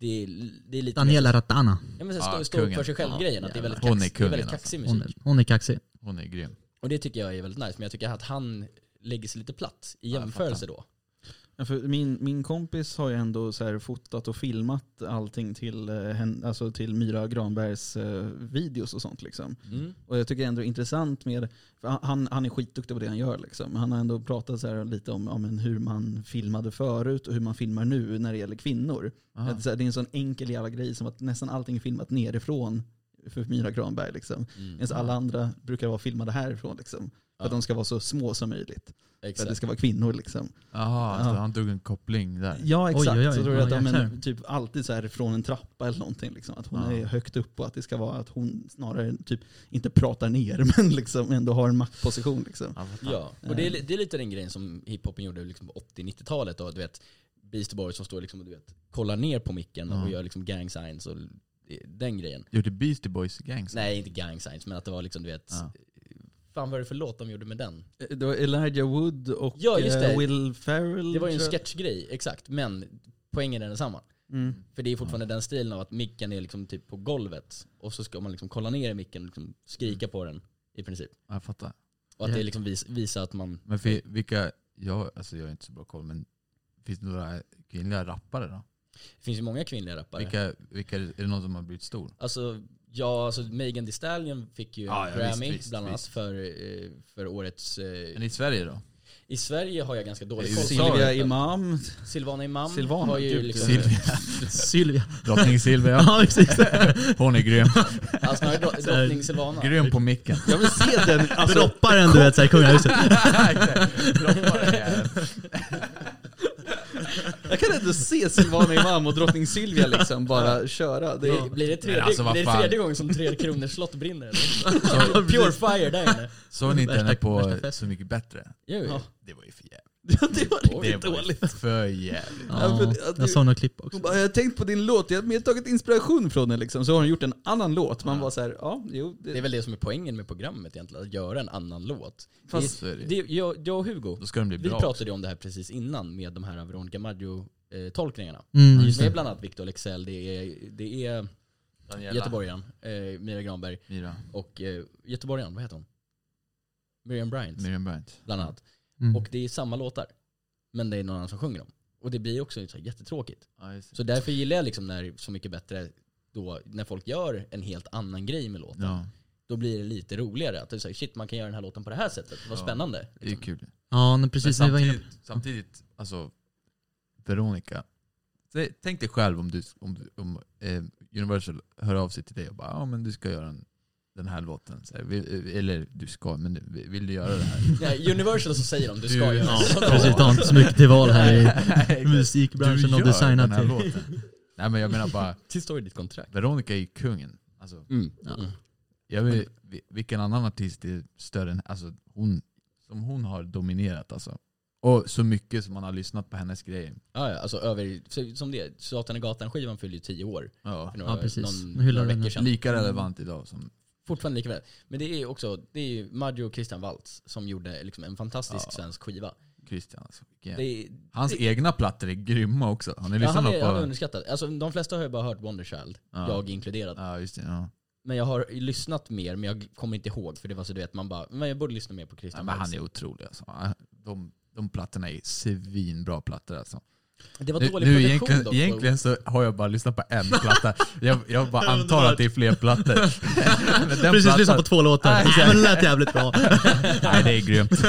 C: Det är, det är lite...
B: Daniela Ratana.
C: Ja, men så här,
A: Ja,
C: stå, stå upp
A: kungen.
C: för sig
B: Ja,
C: själv-grejen. att det är väldigt,
A: jävlar. Hon
C: kax,
A: är kungen
C: det är väldigt
A: alltså.
C: kaxig
B: Hon,
C: musik.
B: är- hon är kaxig.
A: Hon är grym.
C: Och det tycker jag är väldigt nice. Men jag tycker att han lägger sig lite platt i
A: jag
C: jämförelse då.
D: Ja, för min, min kompis har ju ändå så här fotat och filmat allting till, eh, hen, alltså till Myra Granbergs eh, videos och sånt. Liksom.
C: Mm.
D: Och jag tycker ändå det är intressant med, för han- han, han är skitduktig på det han gör. Liksom. Han har ändå pratat så här lite om, om en hur man filmade förut och hur man filmar nu när det gäller kvinnor.
A: Aha.
D: Att så här, det är en sån enkel jävla grej som att nästan allting är filmat nerifrån för Myra Granberg. Liksom.
C: Mm.
D: Medan alla andra brukar vara filmade härifrån. Liksom. För att
C: Ja.
D: de ska vara så små som möjligt. För att det
C: Exakt.
D: ska vara kvinnor liksom.
A: Jaha, alltså,
D: Ja.
A: han drog en koppling där.
D: Ja exakt,
B: Oj, oj, oj.
D: så tror jag
B: Ja,
D: att ja, men,
B: jäklar.
D: typ alltid så här från en trappa eller någonting. Liksom, att hon
A: Ja.
D: är högt upp och att det ska vara att hon snarare typ inte pratar ner men liksom ändå har en maktposition. Liksom.
A: Ja, fattar.
C: Ja, och det är, li- det är lite den grejen som hiphopen gjorde liksom på 80-90-talet. Och du vet, Beast Boys som står liksom, och du vet, kollar ner på micken
A: Ja.
C: och gör liksom gang signs och eh, den grejen.
A: Gjorde Beastie Boys gangs?
C: Nej, inte gang signs, men att det var liksom du vet,
A: Ja.
C: fan vad är det för låt de gjorde med den?
D: Eh, Det var Elijah Wood och
C: Ja, just det.
D: eh, Will Ferrell.
C: Det var ju en
D: tror jag.
C: sketchgrej, exakt. Men poängen är densamma.
D: Mm.
C: För det är fortfarande den stilen av att micken är liksom typ på golvet och så ska man liksom kolla ner i micken och liksom skrika
A: Mm.
C: på den i princip.
A: Jag fattar.
C: Och att det
B: Ja.
C: liksom vis, visar att man...
A: Men för, vilka, jag, alltså jag har inte så bra koll, men finns det några kvinnliga rappare då?
C: Det finns ju många kvinnliga rappare.
A: Vilka, vilka, är det någon som har blivit stor?
C: Alltså, ja, alltså Megan Thee Stallion fick ju en
A: Ja, ja,
C: Grammy
A: visst, visst,
C: bland annat
A: visst.
C: För, eh, för årets... eh,
A: Men i Sverige då?
C: I Sverige har jag ganska dålig
A: I
C: koll.
A: USA.
D: Silvia Imam.
C: Silvana Imam
D: Silvana,
C: har ju
D: gud.
C: liksom...
A: typ. Silvia.
B: Sylvia.
A: Drottning Silvia.
B: Ja, precis.
A: Hon är grym.
C: Ja, alltså, snarare dro- drottning Silvana.
A: Grym på micken.
D: Jag vill se den. Alltså,
B: Dropparen du vet, såhär i kungahuset.
D: jag kan ändå se Silvana Imam och drottning Silvia liksom bara köra. Det är,
C: Blir- Blir det tredje,
A: Men alltså, vad
C: blir det
A: fan.
C: tredje gången som Tre Kronors slott brinner? eller? Pure fire där inne.
A: Såg ni inte henne
B: Värsta-
A: på
B: värsta fest.
A: Så Mycket Bättre?
C: Jo, jo.
D: Ja.
A: Det var ju för jävligt.
D: det var riktigt
A: Det var ju
D: dåligt.
A: För jävligt.
D: Ja,
B: Ja,
D: men, ja,
B: jag
D: du-
B: såg några klipp också.
D: Hon bara, jag har tänkt på din låt, jag har tagit inspiration från den liksom. Så har hon gjort en annan låt. Man var så här, ja, jo. Det,
C: Det är väl det som är poängen med programmet egentligen, att göra en annan låt.
A: Fast, så är det.
C: Det, jag, jag och Hugo,
A: Då ska den bli
C: vi
A: bra.
C: pratade ju om det här precis innan med de här Veronica Maggio-tolkningarna.
B: Mm,
C: det.
B: just
C: är
B: det.
C: bland annat Victor Lexell, det är, det är
A: Daniela.
C: göteborgaren, eh, Mira Granberg
A: Mira.
C: och eh, göteborgaren, vad heter hon? Miriam Bryant
A: Miriam Bryant.
C: bland annat.
B: Mm.
C: Och det är samma låtar, men det är någon annan som sjunger dem. Och det blir också så här jättetråkigt.
A: Ja, just det.
C: Så därför gillar jag liksom när Så Mycket Bättre, då, när folk gör en helt annan grej med låten.
A: Ja,
C: Då blir det lite roligare. Att du säger shit man kan göra den här låten på det här sättet. Vad
A: Ja.
C: spännande.
A: det är
C: Liksom.
A: kul.
B: Ja, men
A: Men
B: precis. Vi var inne på...
A: samtidigt, samtidigt, alltså Veronica. Säg- Tänk dig själv om, du, om, du- om eh, Universal hör av sig till dig och bara ja men du ska göra en, den här låten. Så här, vill, eller du ska, men du- vill du göra det här?
C: Nej, Universal så säger de du ska
A: Du-
C: göra
A: ja.
C: så.
B: Precis, det har inte så mycket till val här i
A: Nej,
B: musikbranschen och
A: gör den
B: designat
A: här
B: till.
A: låten. Nej men jag menar bara,
C: Det står i ditt kontrakt.
A: Veronica är ju kungen. Alltså,
C: Mm.
B: Ja.
C: Mm.
A: jag vill, vi- vilken annan artist är större än alltså, hon? Som hon har dominerat alltså. Och så mycket som man har lyssnat på hennes grejer.
C: Ja, ja, alltså över, så- som det, Satan i gatan-skivan fyller ju tio år.
A: Ja.
C: För några,
B: Ja, precis. Nu
C: Någon,
B: hyllar vi
C: några
B: den
C: veckor
B: här.
C: sedan.
A: Lika relevant idag som
C: Fortfarande lika väl. Men det är ju också, det är ju Maggio och Christian Waltz som gjorde liksom en fantastisk
A: Ja.
C: svensk skiva.
A: Christian. Alltså. Vilken-
C: Det är,
A: Hans egna plattor är grymma också. Har ni
C: ja,
A: lyssnat
C: han, är, han är
A: på...
C: underskattad. Alltså, de flesta har ju bara hört Wonderchild,
A: Ja.
C: jag inkluderad.
A: Ja, just det. Ja.
C: Men jag har lyssnat mer, men jag kommer inte ihåg. För det var så du vet, man bara, men jag borde lyssna mer på
A: Ja,
C: Christian
A: men han
C: Waltz.
A: är otrolig alltså. Ja, De, de plattorna är svinbra plattor alltså.
C: Det var
A: Nu,
C: dålig
A: nu
C: produktion
A: egentligen,
C: dock.
A: egentligen så har jag bara lyssnat på en platta. Jag, jag bara antar att det är fler plattor. Men den
B: Precis, lyssna på
A: plattan-
B: två låtar.
A: Nej,
B: Nej, men det lät jävligt bra.
A: Nej, det är grymt.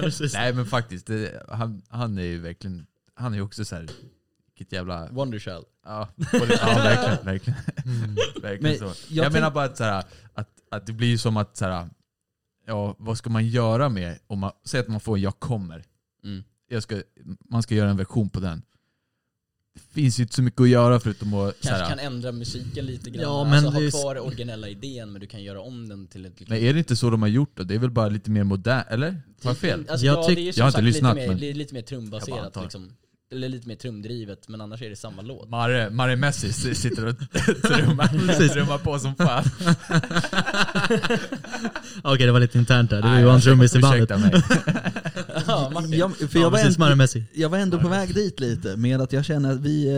B: Precis.
A: Nej, men faktiskt. Det, han, han är ju verkligen... Han är ju också så här... Vilket jävla...
C: Wondershell.
A: Ja, både, ja verkligen. verkligen.
C: Mm.
A: verkligen
D: Men
A: så.
D: jag
A: Jag,
D: tänk-
A: menar bara att, så här, att, att det blir ju som att, så här, ja, vad ska man göra med, om man, säg att man får Jag kommer,
C: Mm.
A: jag ska, man ska göra en version på den. Det finns ju inte så mycket att göra förutom att... Så
C: Kanske
A: här,
C: kan ändra musiken lite grann.
B: Ja,
C: alltså
B: men det
C: ha
B: är-
C: kvar originella idén, men du kan göra om den till ett...
A: men är det inte så de har gjort då? Det är väl bara lite mer modernt, eller? Har jag fel?
C: Alltså,
B: Jag
C: ja,
B: tyck-
C: det är ju
A: jag har
C: som
A: inte
C: sagt
A: lyssnat,
C: lite mer,
A: men-
C: li- lite mer
A: Jag bara
C: trumbaserat
A: antar.
C: liksom. Eller lite mer trumdrivet, men annars är det samma låt.
A: Mare, Mare Messi s- sitter och trummar, trummar på som fan.
B: Okej, det var lite internt där. Det var ju
A: Nej,
B: en trummis i bandet.
A: ursäkta mig.
C: ja, Martin.
D: jag, för
B: Ja,
D: jag, var
B: precis,
D: ändå,
B: Mario Messi.
D: jag var ändå på väg dit lite med att jag känner att vi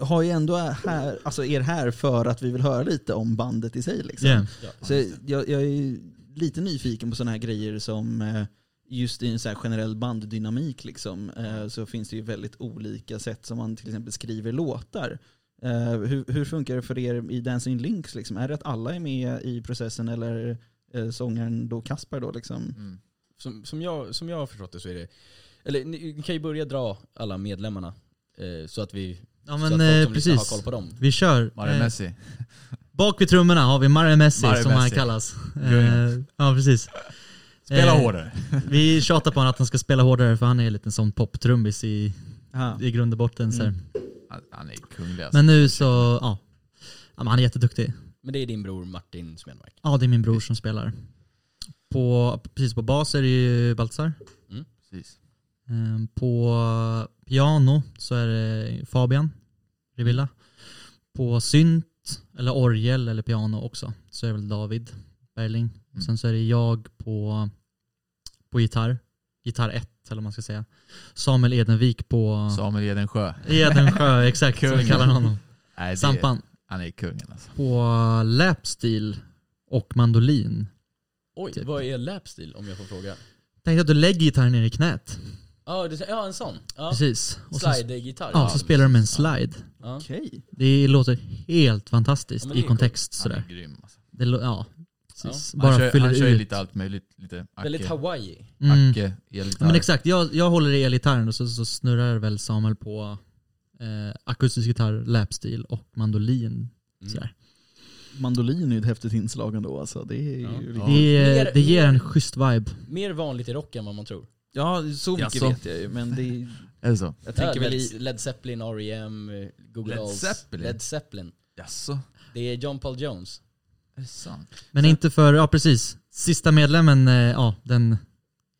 D: eh, har ju ändå här, alltså er här för att vi vill höra lite om bandet i sig. Liksom.
B: Yeah.
D: Så jag, jag är ju lite nyfiken på sådana här grejer som eh, just i en så här generell banddynamik liksom, eh, så finns det ju väldigt olika sätt som man till exempel skriver låtar. Eh, Hur, hur funkar det för er i Dancing Links? Liksom? Är det att alla är med i processen eller eh, sångaren då Kaspar då liksom?
A: Mm.
C: Som, som, jag, som jag har förstått det så är det... Eller ni, ni kan ju börja dra alla medlemmarna. Eh, så att vi...
B: Ja,
C: så
B: men
C: att folk
B: eh,
C: som lyssnar har
B: precis.
C: koll på dem.
B: Vi kör.
A: Mare
B: Eh,
A: Messi.
B: Bak vid trummorna har vi Mario Messi
A: Mario
B: som han
A: Messi.
B: kallas.
A: Gungen.
B: Eh, ja, precis.
A: Spela
B: eh,
A: hårdare.
B: Vi tjatar på honom att han ska spela hårdare för han är en liten sån poptrummis i,
D: Ah.
B: i grund och botten. så här.
A: Mm. Alltså, Han- Han är kunglig alltså.
B: Men nu så, ja. ja men han är jätteduktig.
C: Men det är din bror Martin Smedmark.
B: Ja, det är min bror som spelar. På, precis på bas är det ju Baltzar.
A: Precis.
B: Ehm, På piano så är det Fabian Rivilla. På synt, eller orgel eller piano också, så är det väl David Berling.
A: Mm.
B: Sen så är det jag på, på gitarr gitarr 1, eller vad man ska säga. Samuel Edenvik på
A: Samuel Edensjö.
B: Edensjö, exakt som vi
A: Kungen.
B: kallar honom.
A: Nej, det-
B: Sampan.
A: Han är kungen alltså.
B: På lapsteel och mandolin.
C: Oj,
B: Typ.
C: vad är lapstil om jag får fråga?
B: Tänkte att du lägger gitarren ner i knät.
C: Ja, det- ja en sån. Ja.
B: Precis. Och sen,
C: Slide-gitarr.
B: ja, så spelar du med en slide.
C: Ja.
D: Okej.
B: Det låter helt fantastiskt
C: Ja, men
B: i
C: det är coolt.
B: kontext
A: Han är
B: sådär.
A: grym alltså.
B: Det lå- ja, precis. Bara
A: han kör,
B: fyller
A: han kör ju
B: ut.
A: lite allt möjligt. Lite acke,
C: Väldigt Hawaii.
B: Mm.
A: acke
B: Ja,
A: elgitarr.
B: men exakt, jag, jag håller i elgitarren och så, så snurrar väl Samuel på eh, akustisk gitarr, lapstil och mandolin.
C: Mm.
B: Sådär.
D: Mandolin är ju ett häftigt inslag ändå alltså. Det är
C: Ja.
D: ju riktigt-
A: Ja.
B: Det,
C: Mer-
B: det ger
C: mer-
B: en schysst vibe.
C: Mer vanligt i rock än vad man tror.
D: Ja, så mycket
A: Jaså?
D: vet jag ju. Men det är,
A: Är det så?
D: jag
C: Ja,
D: tänker väl
C: Äh, Led,
D: i...
C: Led Zeppelin, R.E.M, eh, Google
A: Led
C: Dolls.
A: Zeppelin?
C: Led Zeppelin.
A: Jaså?
C: Det är John Paul Jones.
A: Är det sant?
B: Men inte för, ja precis, sista medlemmen, eh, ja den,
A: Den,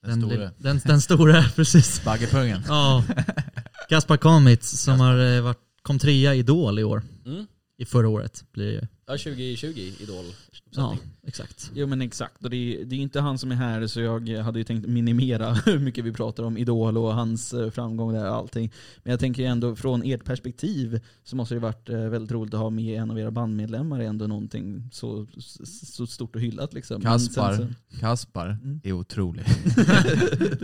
B: den,
A: store.
B: den, den stora, precis.
A: Baggepungen.
B: Ja, Kaspar Kamitz som har eh, varit, kom trea i Idol i år,
C: Mm.
B: i förra året blir det ju.
C: Ja, 2020 Idol.
B: Ja, exakt.
D: Jo men exakt. Och det är, det är ju inte han som är här så jag hade ju tänkt minimera hur mycket vi pratar om Idol och hans eh, framgång där och allting. Men jag tänker ju ändå från ert perspektiv så måste det ju varit eh, väldigt roligt att ha med en av era bandmedlemmar i ändå någonting så, så stort och hyllat liksom. Men sen så-
A: Kaspar, Kaspar
D: Mm.
A: är otrolig.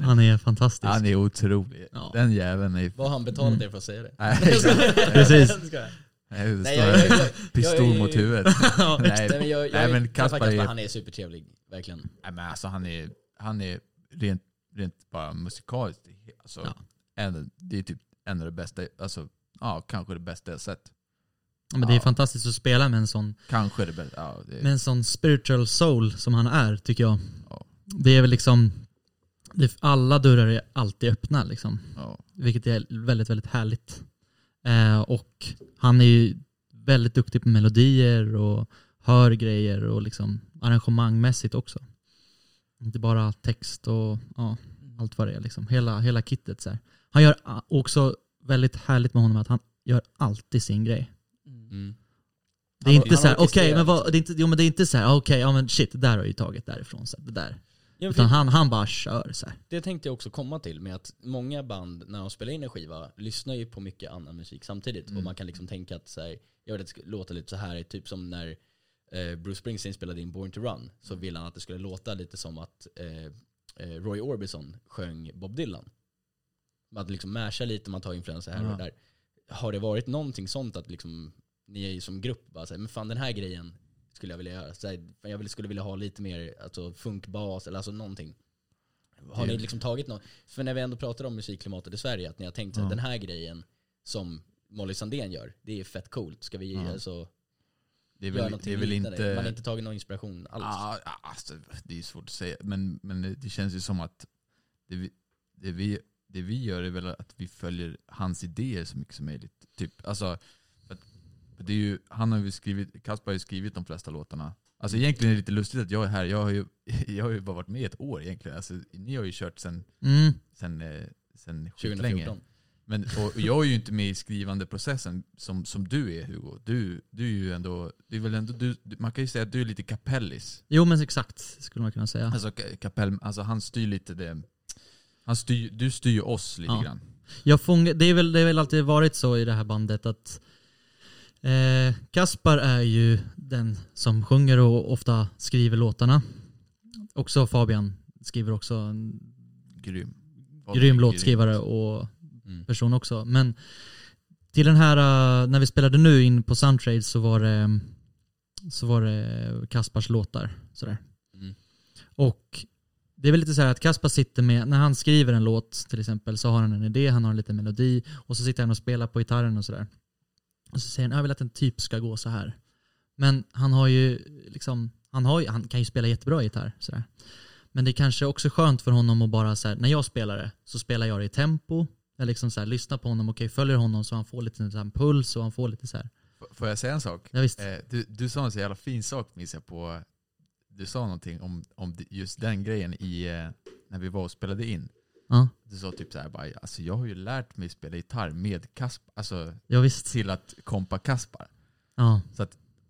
B: Han är fantastisk.
A: Han är otrolig.
B: Ja.
A: Den jäveln är...
C: Vad har han betalat er för att säga det?
A: Nej,
C: Jag skojar.
B: Precis.
C: Jag skojar.
A: Nej, det
C: Nej,
A: står
C: jag- jag- jag-
A: en pistol
C: jag är-
A: mot huvudet. Nej,
C: Nej men, jag, jag
A: Nej, men
C: träffar
A: Kaspar är-
C: Kaspar, han är supertrevlig. Verkligen.
A: Nej, men alltså han är, han är rent, rent bara musikaliskt. Alltså,
B: Ja.
A: en, det är typ en av det bästa, alltså, ja, kanske det bästa jag sett.
B: Ja, Men det är
A: Ja.
B: fantastiskt att spela med en sån
A: Kanske det bästa. Ja, det,
B: med en sån spiritual soul som han är, tycker jag.
A: Ja.
B: Det är väl liksom, det, alla dörrar är alltid öppna liksom.
A: ja.
B: Vilket är väldigt, väldigt härligt. Eh, och han är ju väldigt duktig på melodier och hör grejer och liksom arrangemangmässigt också. Inte bara text och ja,
A: Mm.
B: allt vad det är liksom. Hela, hela kittet så här. Han gör a- också väldigt härligt med honom att han gör alltid sin grej.
C: Mm.
B: Det är
C: Han-
B: inte
C: han
B: så här, okej,
C: orkestrerar
B: men, vad- det är inte- jo, men det är inte så här, ah, okej, ja men shit, det där har jag ju tagit därifrån. Så här, det där.
C: Ja, men
B: Utan
C: för
B: han, han bara kör så här.
C: det tänkte jag också komma till med att många band när de spelar in en skiva lyssnar ju på mycket annan musik samtidigt. Och
A: Mm.
C: man kan liksom tänka att så här, jag vet att det ska låta lite så här, typ som när eh, Bruce Springsteen spelade in Born to Run så
A: Mm.
C: ville han att det skulle låta lite som att eh, eh, Roy Orbison sjöng Bob Dylan. Man liksom mashar lite, man tar influenser här
A: Ja.
C: och där. Har det varit någonting sånt att liksom, ni är ju som grupp bara säger men fan den här grejen skulle jag vilja göra. Så här, fan, jag vill- skulle vilja ha lite mer alltså, funkbas eller alltså någonting. Har
A: Det-
C: ni liksom tagit något? För när vi ändå pratar om musikklimatet i Sverige, att ni har tänkt att
A: Ja.
C: den här grejen som Molly Sandén gör, det är fett coolt. Ska vi
A: Ja.
C: alltså,
A: det är
C: göra
A: väl,
C: någonting
A: det är väl
C: liknande. Man har
A: inte...
C: inte tagit någon inspiration alls.
A: Ah, ah, alltså, det är svårt att säga, men, men det- det känns ju som att det vi, det, vi, det vi gör är väl att vi följer hans idéer så mycket som möjligt. Typ, alltså, för att, för det är ju, han har ju skrivit, Kaspar har ju skrivit de flesta låtarna. Alltså egentligen är det lite lustigt att jag är här, jag har ju, jag har ju bara varit med i ett år egentligen. Alltså, ni har ju kört sen,
B: Mm.
A: sen, eh, sen skitlänge.
C: 2014.
A: Men, och jag är ju inte med i skrivandeprocessen som, som du är Hugo. Du, du är ju ändå, det är väl ändå du, du- man kan ju säga att du är lite kapellis.
B: Jo men exakt, skulle man kunna säga.
A: Alltså Ka- Kapell, alltså han styr lite det. Han styr, du styr ju oss lite
B: Ja.
A: grann.
B: Jag fånga, det, är väl, det har väl alltid varit så i det här bandet att eh, Kaspar är ju den som sjunger och ofta skriver låtarna. Också Fabian skriver också en
A: Grym.
B: grym låtskrivare och
C: Mm.
B: person också. Men till den här, eh, när vi spelade nu in på Soundtrade så var det, så var det Kaspars låtar. Sådär.
C: Mm.
B: Och det är väl lite så här att Kaspar sitter med, när han skriver en låt till exempel så har han en idé, han har en liten melodi och så sitter han och spelar på gitarren och sådär. Och så säger han, jag vill att en typ ska gå så här. Men han har ju liksom, han, har ju, han kan ju spela jättebra gitarr sådär. Men det är kanske också skönt för honom att bara så här, när jag spelar det så spelar jag det i tempo. Jag liksom så här, lyssnar på honom, okej följer honom så han får lite så här, puls och han får lite så här.
A: F- Får jag säga en sak?
B: Ja, visst.
A: Eh, du, du sa en så jävla fin sak minns jag på. Du sa någonting om, om d- just den grejen i, eh, när vi var och spelade in.
B: Ja,
A: Du sa typ så här, bara, alltså jag har ju lärt mig spela gitarr med Kaspar, alltså
B: ja visst.
A: till att kompa Kaspar.
B: Ja.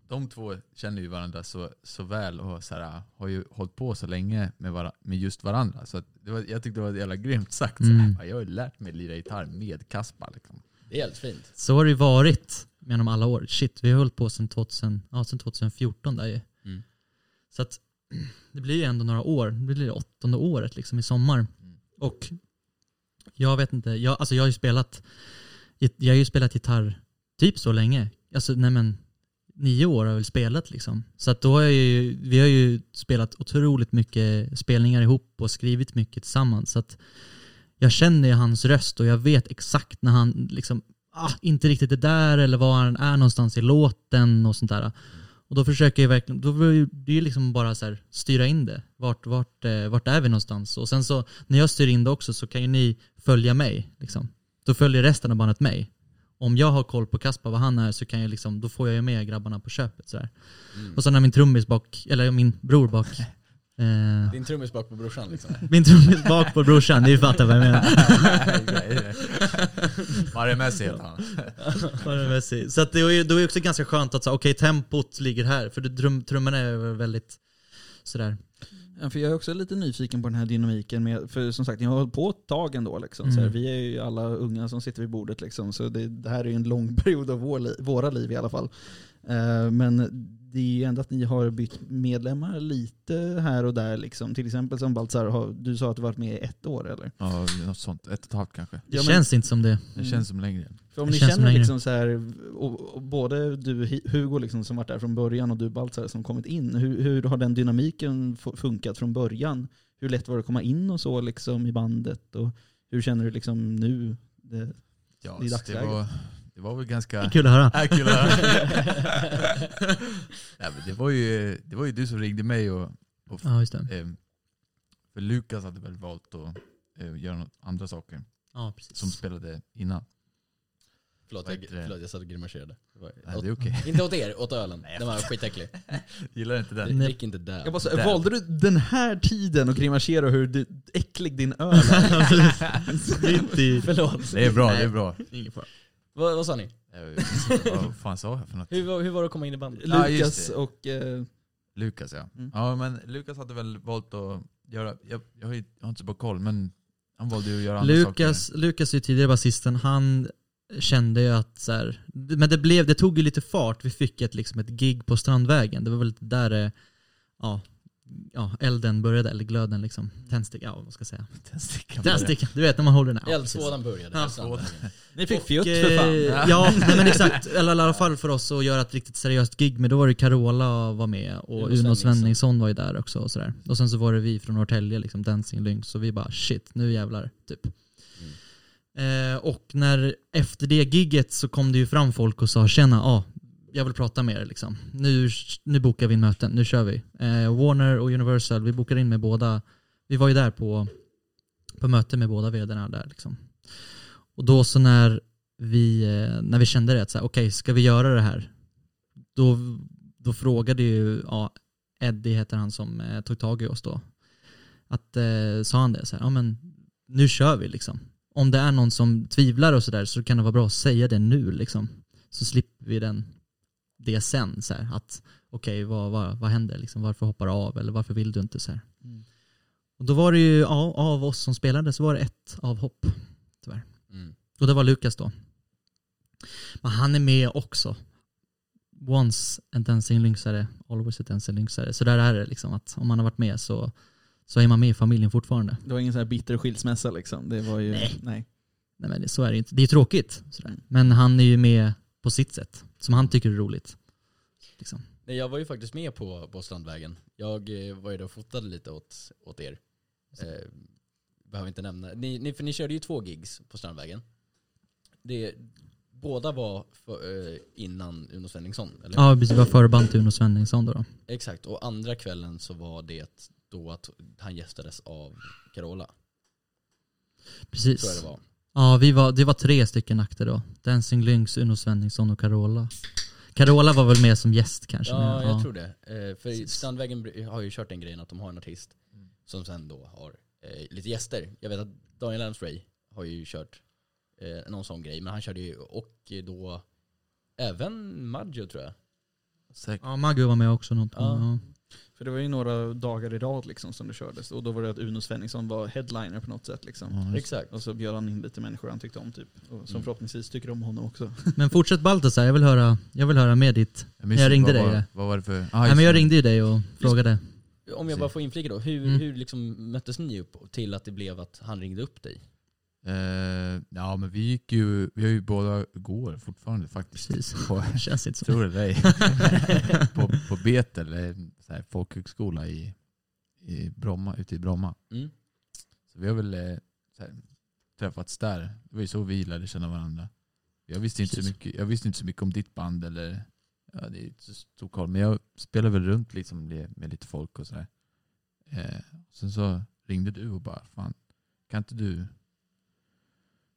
A: de två känner ju varandra så, så väl och så här, har ju hållit på så länge med, vara, med just varandra. Så att det var, jag tyckte det var jävla grymt sagt. Så
B: Mm.
A: här, "Fan, Jag har ju lärt mig lira gitarr med Kaspar. Liksom.
C: Det är helt fint.
B: Så har det ju varit genom alla år. Shit, vi har hållit på sedan, 2000, ja, sedan 2014 där ju.
C: Mm.
B: Så att det blir ju ändå några år. Det blir det åttonde året liksom i sommar. Och jag vet inte, jag, alltså jag har ju spelat jag har ju spelat gitarr typ så länge. Alltså nej men nio år har jag väl spelat liksom. Så att då har jag ju, vi har ju spelat otroligt mycket spelningar ihop och skrivit mycket tillsammans. Så att jag känner ju hans röst och jag vet exakt när han liksom ah, inte riktigt är där eller var han är någonstans i låten och sånt där. Och då försöker jag verkligen, då blir det ju liksom bara så här, styra in det. Vart, vart, eh, vart är vi någonstans? Och sen så, när jag styr in det också så kan ju ni följa mig. Liksom. Då följer resten av bandet mig. Om jag har koll på Kaspar, vad han är, så kan jag liksom, då får jag ju med grabbarna på köpet. Så här.
C: Mm.
B: Och sen har min trummis bak, eller min bror bak, eh,
C: Din trummis bak på brorsan liksom.
B: min trummis bak på brorsan, ni fattar vad jag menar.
A: Mariemässig heter han.
B: Varumässig. Så att det är ju då är det också ganska skönt att säga, okej tempot ligger här. För det- trum, trummorna är väl väldigt sådär.
D: Ja, för jag är också lite nyfiken på den här dynamiken. Med, för som sagt, jag har hållit på ett tag ändå. Liksom,
B: Mm.
D: så här, vi är ju alla unga som sitter vid bordet. Liksom, så det, det här är ju en lång period av vår li, våra liv i alla fall. Eh, men det är ju ändå att ni har bytt medlemmar lite här och där. Liksom. Till exempel som Baltzar, har, du sa att du varit med i ett år eller?
A: Ja, något sånt. Ett och ett halvt kanske.
B: Det
D: Ja, men- Mm.
B: känns inte som det.
A: Det känns som längre.
D: För om
B: Det
D: ni
B: känns som
D: känner
B: längre.
D: liksom så här, och, och både du Hi- Hugo liksom, som varit där från början och du Baltzar som kommit in, hur, hur har den dynamiken fu- funkat från början? Hur lätt var det att komma in och så liksom, i bandet? Och hur känner du liksom nu? Det,
A: Ja,
D: I
A: så det,
D: dagsläget.
A: var, det var väl
B: Det är
A: ganska...
B: kul att höra.
A: Ja, kul att höra. Nej, men det, var ju, det var ju du som ringde mig och
B: Ja, just det.
A: eh, för Lukas hade väl valt att eh, göra något, andra saker
B: Ja, precis.
A: som spelade innan.
C: Förlåt,
A: Vad
C: jag,
A: heter det?
C: förlåt, jag satt och grimaserade. Det var-
A: Nej,
C: åt-
A: det är okej.
C: Inte åt er, åt ölen. Den var skitäcklig.
A: Gillar inte den?
B: Nej.
C: Drick inte där.
D: jag bara, så,
A: Där.
D: valde du den här tiden att grimasera hur du, äcklig din öl är?
B: Mitt i-
C: Förlåt.
A: Det är bra,
C: Nej.
A: det är bra.
C: Ingen fara. Vad, vad sa ni?
A: Eh, Vad fan sa jag för något?
C: Hur, var- hur var det att komma in i bandet?
A: Ja, just
D: Lukas
A: det.
D: och... Eh,
A: Lukas ja.
D: Mm.
A: Ja men Lukas hade väl valt att göra, jag, jag, har, ju- jag har inte så bra koll men han valde ju att göra andra saker.
B: Lukas, Lukas är ju tidigare basisten, han kände ju att så här, men det, blev, det tog ju lite fart. Vi fick ett, liksom ett gig på Strandvägen. Det var väl där det, ja, ja, elden började, eller glöden liksom. Tändstickan, ja vad ska jag säga.
A: Tändstickan.
B: Tändstickan, du vet när man håller den. Ja, precis.
C: Eldsvådan började.
B: Ja.
C: nästan.
D: ni fick
B: Och,
D: fjutt
B: eh,
D: för fan.
B: Ja, nej, men exakt. Eller i alla fall för oss att göra ett riktigt seriöst gig. Men då var det Carola var med och
C: Uno
B: Uno
C: Svenningsson.
B: Svenningsson var ju där också. Och, sådär. och sen så var det vi från Norrtälje, liksom Dancing Lynx. Så vi bara shit, nu jävlar. Typ.
C: Mm.
B: Eh, och när, efter det gigget så kom det ju fram folk och sa tjena, ah, jag vill prata med er liksom. Nu, nu bokar vi in möten, nu kör vi. Eh, Warner och Universal, vi bokar in med båda. Vi var ju där på, på möte med båda vdarna där liksom. Och då så när vi, eh, när vi kände det, att så här, okej ska vi göra det här? Då, då frågade ju, ja, Eddie heter han som eh, tog tag i oss då. Att, eh, sa han det så här, ja men nu kör vi liksom. Om det är någon som tvivlar och sådär så kan det vara bra att säga det nu liksom. Så slipper vi den, det sen så här, att okej vad, vad, vad händer liksom, varför hoppar du av eller varför vill du inte så här.
D: Mm.
B: Och då var det ju, ja, av oss som spelade så var det ett avhopp.
C: Mm.
B: Och det var Lukas då. Men han är med också. Once en dancing lynxare, always a dancing lynxare. Så där är det liksom att om man har varit med så, så är man med i familjen fortfarande.
D: Det var ingen så här bitter skilsmässa liksom. Det var ju...
B: Nej.
D: nej.
B: Nej men det, så är det ju inte. Det är ju tråkigt. Sådär. Men han är ju med på sitt sätt. Som han tycker är roligt. Liksom.
C: Nej, jag var ju faktiskt med på, på Strandvägen. Jag eh, var ju där och fotade lite åt, åt er. Eh, behöver inte nämna. Ni, ni, för ni körde ju två gigs på Strandvägen. Det, båda var för, eh, innan Uno Svenningsson, eller
B: Ja precis, vi var förband till Uno Svenningsson då. då.
C: Exakt, och andra kvällen så var det då att han gästades av Carola.
B: Precis.
C: Tror jag det var.
B: Ja, vi var, det var tre stycken akter då. Dancing Lynx, Uno Svenningsson och Carola. Carola var väl med som gäst kanske?
C: Ja,
B: men,
C: jag tror det. Eh, För
B: Precis.
C: Strandvägen br- har ju kört den grejen att de har en artist som sen då har eh, lite gäster. Jag vet att Daniel Amsray har ju kört eh, någon sån grej, men han körde ju och då även Maggio tror jag.
A: Säkert.
B: Ja, Maggu var med också något
C: Ja.
B: gång,
D: För det var ju några dagar i rad liksom som det kördes. Och då var det att Uno Svenningsson var headliner på något sätt. Liksom.
C: Mm.
A: Ja, just-
C: Exakt.
D: Och så bjöd han in lite människor han tyckte om typ. Och som
A: Mm.
D: förhoppningsvis tycker om honom också.
B: ja. Men fortsätt Baltasar, jag vill höra, jag vill höra med ditt.
A: missade-
B: Jag ringde
A: vad
B: dig.
A: Var, vad var det för... Ah,
B: Nej,
A: just
B: men jag
A: det.
B: ringde ju dig och frågade.
C: Om jag bara får inflika då, hur,
B: Mm.
C: hur liksom möttes ni upp till att det blev att han ringde upp dig?
A: Eh, ja men vi gick ju, vi har ju båda går fortfarande faktiskt.
B: Precis.
A: På,
B: Det känns inte så.
A: tror det eller ej. på, på Betel, en så här folkhögskola i, i Bromma, ute i Bromma.
C: Mm.
A: Så vi har väl eh, så här, träffats där. Det var ju så vi lärde känna varandra. Jag visste inte, så
B: Precis.
A: mycket, jag visste inte så mycket om ditt band eller, ja, det är inte så stor koll. Men jag spelade väl runt liksom med med lite folk och sådär. Eh, sen så ringde du och bara, fan kan inte du,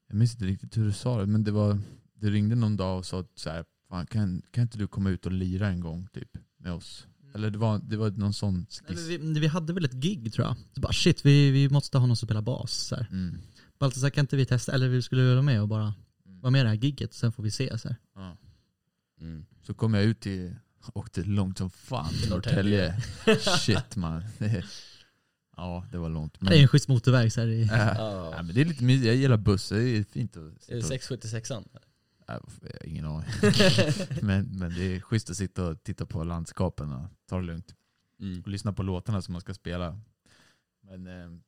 A: jag minns inte riktigt hur du sa det, men det var, du ringde någon dag och sa så här, fan kan, kan inte du komma ut och lira en gång typ med oss? Eller det var, det var någon sån
B: Mm. Nej, men
A: skiss.
B: vi, vi hade väl ett gig tror jag. Så bara shit, vi, vi måste ha någon som spelar bas. Så här.
A: Mm.
B: Baltasar kan inte vi testa, eller vi skulle vara med och bara vara med i det här gigget, sen får vi se. Så här.
A: Ja.
C: Mm.
A: Så kom jag ut till, åkte långt som fan till Norrtälje. Shit man. ja det var långt. Men,
B: Det är en schysst motorväg. Så här, i,
A: Äh,
C: Ja. Eh,
A: nej, men det är lite mysigt, jag gillar bussar, det är fint att
C: Är det
A: sitta och,
C: 676an?
A: äh, jag har ingen aning. men, men det är schysst att sitta och titta på landskapen och ta det lugnt.
C: Mm.
A: Och lyssna på låtarna som man ska spela. Men eh,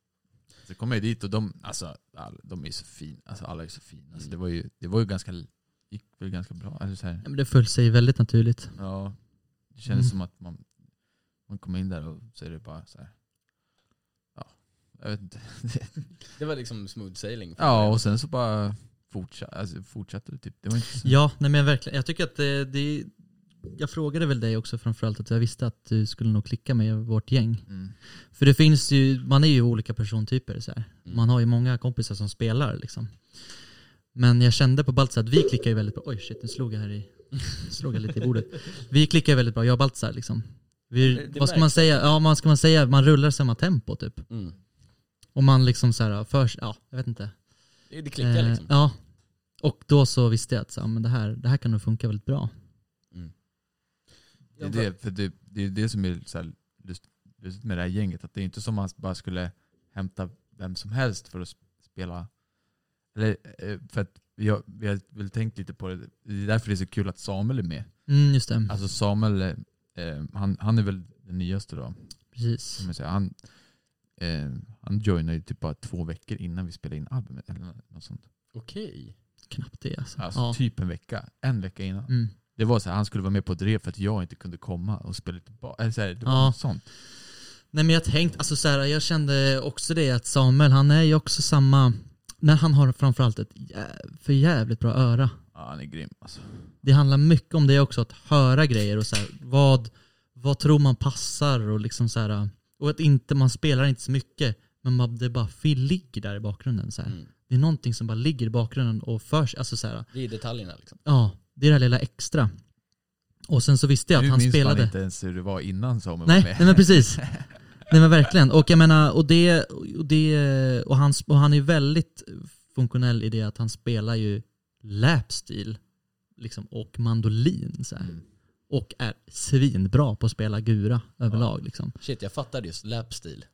A: så kom jag dit och de, alltså, all, de är så fina, alltså, alla är så fina. Alltså, det, var ju, det var ju ganska, gick väl ganska bra. Eller så här.
B: Ja, men det föll sig väldigt naturligt.
A: Ja, det kändes
B: Mm.
A: som att man, man kommer in där och så är det bara så här. Ja, jag vet inte.
C: Det var liksom smooth sailing.
A: Ja, och sen så bara fortsatte, alltså, fortsatte det typ. Det var inte så.
B: Ja, nej men verkligen. Jag tycker att det, det jag frågade väl dig också framförallt att jag visste att du skulle nog klicka med vårt gäng.
A: Mm.
B: För det finns ju, man är ju olika persontyper så här.
C: Mm.
B: Man har ju många kompisar som spelar liksom. Men jag kände på Baltzar att vi klickar ju väldigt bra. Oj shit, nu slog jag här i, slog jag lite i bordet. Vi klickar ju väldigt bra, jag och Baltzar liksom. Vi,
C: Det
B: vad ska man
C: märks.
B: säga? Ja, man ska man säga? Man rullar samma tempo typ.
C: Mm.
B: Och man liksom så här, för, ja, jag vet inte.
C: Det det klickar
B: Eh,
C: liksom.
B: Ja. Och då så visste jag att så, ja, men det, här, det här kan nog funka väldigt bra.
A: Det, är det, för det, det är det som är så här lust- lustigt med det här gänget. Att det är inte som att man bara skulle hämta vem som helst för att sp- spela. Eller, eh, för att jag, vi har väl tänkt lite på det. Det är därför det är så kul att Samuel är med.
B: Mm, just det.
A: Alltså Samuel, eh, eh, han, han är väl den nyaste då.
B: Precis.
A: Som jag säger, han, eh, han joinade ju typ bara två veckor innan vi spelade in albumet. Eller något sånt.
C: Okej.
B: Knappt det alltså.
A: Alltså
B: ja.
A: typ en vecka. En vecka innan.
B: mm.
A: Det var så här, han skulle vara med på ett rep för att jag inte kunde komma och spela tillbaka. Eller så här, det var
B: Ja.
A: något sånt.
B: Nej men jag tänkte, alltså så här, jag kände också det att Samuel, han är ju också samma, men han har framförallt ett jä- för jävligt bra öra.
A: Ja, han är grym alltså.
B: Det handlar mycket om det också, att höra grejer och så här, vad, vad tror man passar och liksom så här, och att inte, man spelar inte så mycket, men man, det bara fil- ligger där i bakgrunden så här.
C: Mm.
B: Det är någonting som bara ligger i bakgrunden och förs, alltså så här,
C: Det är detaljerna liksom.
B: ja, det är det här lilla extra. Och sen så visste jag att
A: nu
B: han
A: minns
B: spelade.
A: man inte ens hur det var innan Samuel
B: Nej,
A: var med.
B: nej men precis. Nej men verkligen. Och jag menar, och det, och det, och han, och han är ju väldigt funktionell i det att han spelar ju lapstil liksom, och mandolin så här.
A: Mm.
B: Och är svinbra på att spela gura överlag liksom.
C: Shit, jag fattade just lapstil.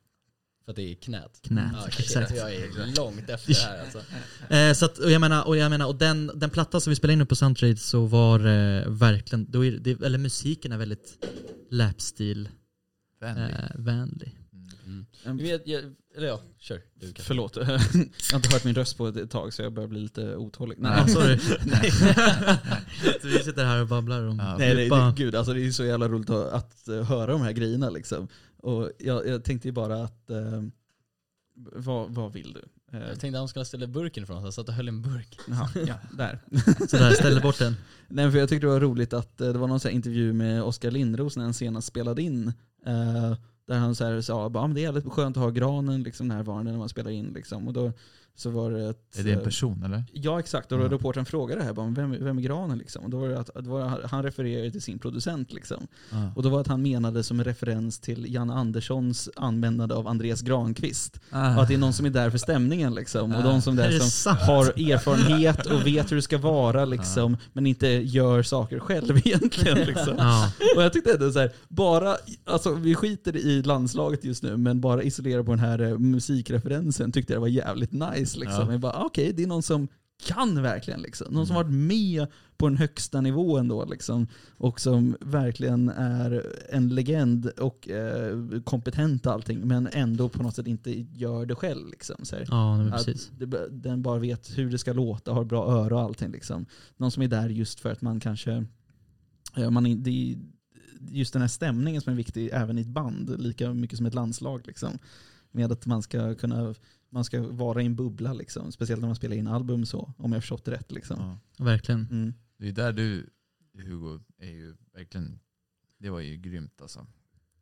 C: För att det är knät.
B: Knät,
C: Ja, shit,
B: exakt.
C: Jag är långt efter det här alltså.
B: Eh, så att, och jag menar, och, jag menar, och den, den platta som vi spelade in nu på Soundtrade så var eh, verkligen, då är det, eller musiken är väldigt lapstil
A: Vänlig.
B: eh, vänlig.
C: Mm. Men jag, jag, eller ja, kör. Du kan.
D: Förlåt, jag har inte hört min röst på ett tag så jag börjar bli lite otålig.
B: Ja, sorry. Shit, vi sitter här och babblar om
A: Ja.
D: Nej, nej
B: djupa-
D: det, gud, alltså det är så jävla roligt att, att eh, höra de här grejerna. Liksom. Och jag, jag tänkte ju bara att, eh, vad, vad vill du? Eh,
C: Jag tänkte att han skulle ställa burken ifrån sig. Jag satt och höll i en burk.
D: jaha, ja, där.
B: Sådär, ställer bort den.
D: Nej, för jag tyckte det var roligt att eh, det var någon så här intervju med Oskar Lindros när han senast spelade in. Eh, Där han så här sa att men det är jävligt skönt att ha granen liksom närvarande när man spelar in. Liksom. Och då så var det att,
A: Är det en person eller?
D: Ja exakt, och då
A: Ja.
D: reportern frågade det här, bara, vem, vem är granen? Liksom. Och då var det att, att var, han refererade till sin producent. Liksom.
A: Ja.
D: Och då var det att han menade som en referens till Jan Anderssons användande av Andreas Granqvist.
B: Ah.
A: Ah.
D: Och att det är någon som är där för stämningen liksom. Och de som
B: är
D: där
B: det
D: som
B: sant?
D: har erfarenhet och vet hur det ska vara liksom, men inte gör saker själv egentligen. Liksom.
B: Ja.
D: Och jag tyckte ändå så här, bara, alltså vi skiter i landslaget just nu, men bara isolera på den här eh, musikreferensen tyckte jag var jävligt nice. Liksom.
A: Ja.
D: Jag bara, okej, det är någon som kan verkligen liksom. Någon som har varit med på den högsta nivån då liksom. Och som verkligen är en legend och eh, kompetent och allting, men ändå på något sätt inte gör det själv liksom. Så här.
B: Ja,
A: Mm,
B: men
D: Att
B: precis.
D: det- Den bara vet hur det ska låta, har bra öra och allting. Liksom. Någon som är där just för att man kanske... eh, Man, in- det är just den här stämningen som är viktig även i ett band, lika mycket som ett landslag. Liksom. Med att man ska kunna man ska vara i en bubbla, liksom. speciellt när man spelar in album så, om jag har förstått det rätt. Liksom.
A: Ja.
B: Verkligen.
D: Mm.
A: Det är där du Hugo är ju verkligen, det var ju grymt alltså.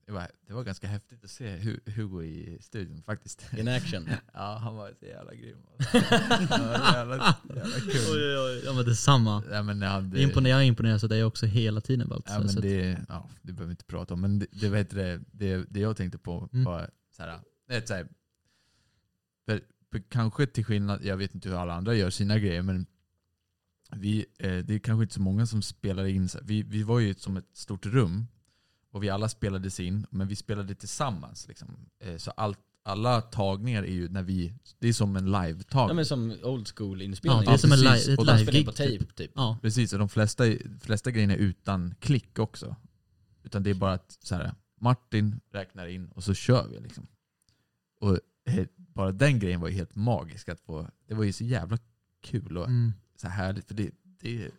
A: Det var, det var ganska häftigt att se Hu- Hugo i studion faktiskt.
C: In action.
A: Ja, han var så jävla grym. Alltså. Han var jävla, jävla kul.
B: oj, oj. Ja, men detsamma.
A: Ja, men han, det,
B: Imponer- jag imponeras av dig också hela tiden Baltzar.
A: ja, men
B: så att-
A: det, ja, det behöver vi inte prata om. Men det, det, vet det, det, det jag tänkte på
B: Mm.
A: var så här, det, så här för, för kanske till skillnad, jag vet inte hur alla andra gör sina grejer, men vi, eh, det är kanske inte så många som spelar in. Så här, vi, vi var ju som ett stort rum och vi alla spelades in, men vi spelade tillsammans. Liksom. Eh, så allt, alla tagningar är ju när vi, det är som en
C: Ja,
A: live-tagning.
C: men som old school
B: ja,
C: inspelning.
B: det är som en
A: precis.
B: live, ett
A: Och de
C: Man spelar in
B: live-gig.
C: på
B: typ.
C: tape typ.
B: Ja,
A: Precis, och de flesta, flesta grejerna är utan klick också. Utan det är bara att så här, Martin räknar in och så kör vi. Liksom. Och eh, bara den grejen var ju helt magisk. Att få, det var ju så jävla kul och
B: mm.
A: så härligt. För det, det,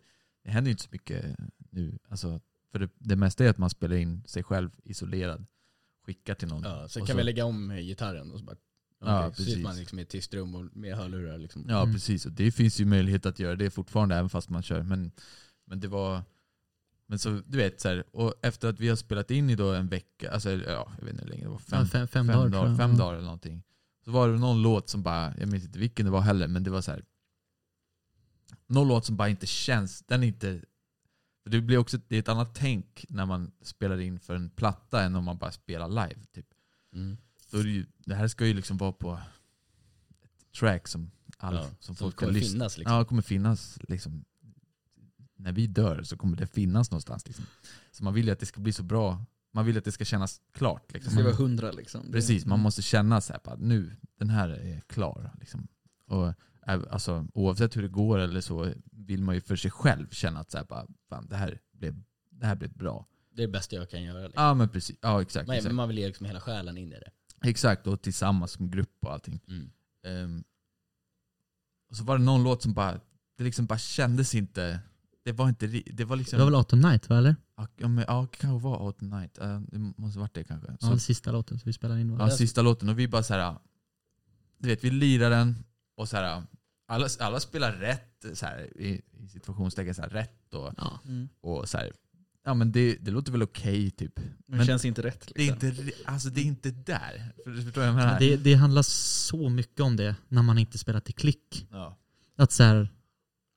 A: det händer ju inte så mycket nu. Alltså, för det, det mesta är att man spelar in sig själv isolerad. Skickar till någon.
C: Ja, sen
A: Och
C: kan
A: så-
C: vi lägga om eh, gitarren och så bara...
A: Ja,
C: okej, Så sitter
A: precis.
C: man liksom i ett tyst rum och med hörlurar liksom.
A: Ja,
B: Mm.
A: precis. Och det finns ju möjlighet att göra det fortfarande, även fast man kör. Men, men det var... Men så, du vet, så här, och efter att vi har spelat in i då en vecka, alltså ja, jag vet inte hur länge det var, fem,
B: Ja, fem, fem, dagar, tror jag. Mm.
A: fem
B: Ja.
A: dagar eller någonting. Så var det någon låt som bara, jag minns inte vilken det var heller, men det var så här. Någon låt som bara inte känns, den är inte... för Det blir också, det är ett annat tänk när man spelar in för en platta än om man bara spelar live. Typ
C: Mm.
A: då är det, ju, det här ska ju liksom vara på ett track som, alla,
C: Ja,
A: som,
C: som
A: folk
C: kommer
A: kommer lyssna.
C: finnas liksom.
A: Liksom. Ja, kommer finnas liksom. När vi dör så kommer det finnas någonstans. Liksom. Så man vill ju att det ska bli så bra. Man vill att det ska kännas klart.
D: Det
A: Liksom.
D: ska vara
A: Man,
D: hundra liksom. Det-
A: precis,
C: Mm.
A: man måste känna så här, bara, nu, den här är klar. Liksom. Och, ä- alltså, oavsett hur det går eller så vill man ju för sig själv känna att så här, bara, fan, det, här blev, det här blev bra.
C: Det är det bästa jag kan göra. Liksom.
A: Ja, men precis. Ja, exakt.
C: man,
A: exakt.
C: man vill ge liksom hela själen in i det. Mm.
A: Exakt, och tillsammans som grupp och allting. Ehm, och så var det någon låt som bara, det liksom bara kändes inte, det var inte, ri- det var
B: Det
A: liksom,
B: var väl Autumn Night va eller?
A: ja, ja, men, ja det kanske var Out Night, Eh, det måste varit det kanske.
B: Ja,
A: Så,
B: den sista låten som vi spelade in.
A: ja,
B: Va?
A: sista låten och vi bara så här, ah, du vet vi lirar den och så här, ah, alla, alla spelar rätt, så här, i, i situationstecken så här, rätt och,
B: Ja.
D: Mm.
A: och så här, ja men det, det låter väl okej typ.
D: Men
A: Men-
D: det känns inte rätt.
A: Det är
D: Liksom.
A: inte, ri- alltså det är inte där. För- Förstår du vad jag
B: Ja,
A: menar?
B: Det, det handlar så mycket om det när man inte spelar till klick.
A: Ja.
B: Att så här,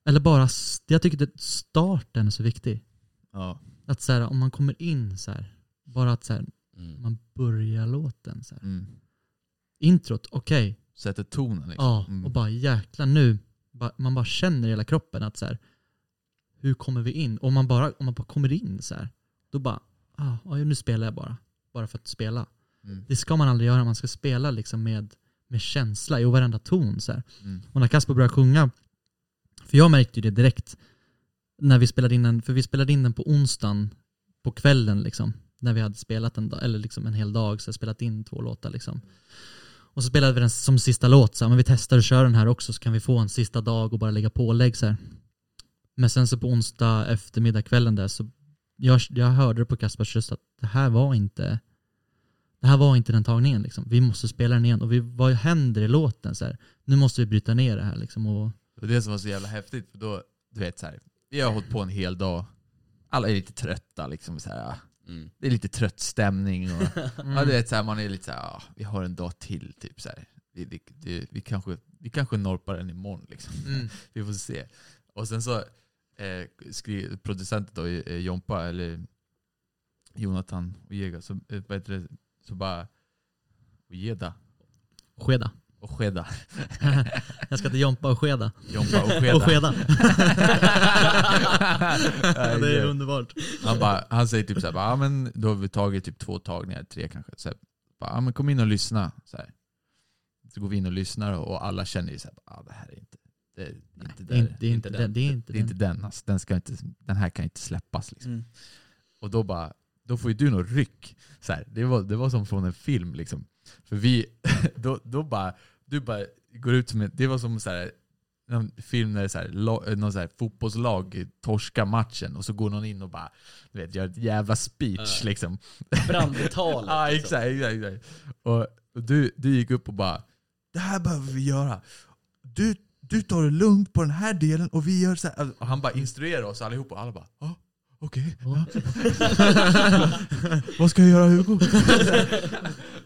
B: eller bara, s- jag tycker att starten är så viktig.
A: Ja.
B: Att så här, om man kommer in så här, bara att så här,
C: Mm.
B: man börjar låten så här.
A: Mm.
B: Introt, okej.
A: Sätter tonen liksom.
B: Ja,
A: Mm.
B: och bara jäklar nu. Bara, man bara känner i hela kroppen att så här, hur kommer vi in? Och om man bara, om man bara kommer in så här, då bara, ah, ja, nu spelar jag bara. Bara för att spela.
A: Mm.
B: Det ska man aldrig göra, man ska spela liksom med, med känsla i varenda ton. Så här.
A: Mm.
B: Och när Kasper började sjunga, för jag märkte ju det direkt, när vi spelade in den, för vi spelade in den på onsdagen på kvällen liksom, när vi hade spelat en dag, eller liksom en hel dag, så jag spelat in två låtar liksom. Och så spelade vi den som sista låt, så här, men vi testar att köra den här också så kan vi få en sista dag och bara lägga pålägg så här. Men sen så på onsdag eftermiddag kvällen där så jag, jag hörde det på Kaspers röst att det här var inte det här var inte den tagningen liksom. Vi måste spela den igen och vi, vad händer i låten så här? nu måste vi bryta ner det här liksom. Och,
A: Det var det som var så jävla häftigt, för då, du vet så här, vi har hållit på en hel dag, alla är lite trötta liksom så här, ah,
C: Mm.
A: Det är lite trött stämning. Och,
B: Mm.
A: ja, du vet, så här, man är lite så här, ah, vi har en dag till. Typ, så här. Det, det, det, vi, kanske, vi kanske norpar den imorgon. Liksom.
B: Mm.
A: Vi får se. Och sen så eh, skrev producenten då, eh, Jompa, eller Jonathan Ojeda, så, eh, vad heter det, så bara Ojeda
B: Skeda.
A: och Skeda.
B: Jag ska till Jompa och Skeda.
A: Jompa och
B: Och
A: Skeda.
B: Skeda. det är underbart.
A: han, bara, han säger typ så här, bara, ah, men då har vi tagit typ två tagningar, tre kanske. Så här, bara, ah, men kom in och lyssna. Så, här. så går vi in och lyssnar och alla känner ju så här, ah, det här är inte, det är inte,
B: Det är inte,
A: där,
B: det är inte, den. Det är inte
A: det är inte
B: den.
A: den. Alltså, den, ska inte, den här kan inte släppas. Liksom.
D: Mm.
A: Och då bara, då får ju du något ryck. Så här, det, var, det var som från en film liksom. För vi, då, då bara, du bara går ut som en, det var som så här, någon film när det är så här, la- eh, någon så här fotbollslag torskar matchen och så går någon in och bara, du vet, gör ett jävla speech
C: Ja.
A: liksom.
C: Brandtalet.
A: Ja,
C: liksom.
A: exakt, exakt, exakt. Och och du, du gick upp och bara, det här behöver vi göra. Du, du tar det lugnt på den här delen och vi gör så här. Alltså, Och han bara instruerar oss allihopa och alla bara, ja, okej. ja." Vad ska jag göra Hugo?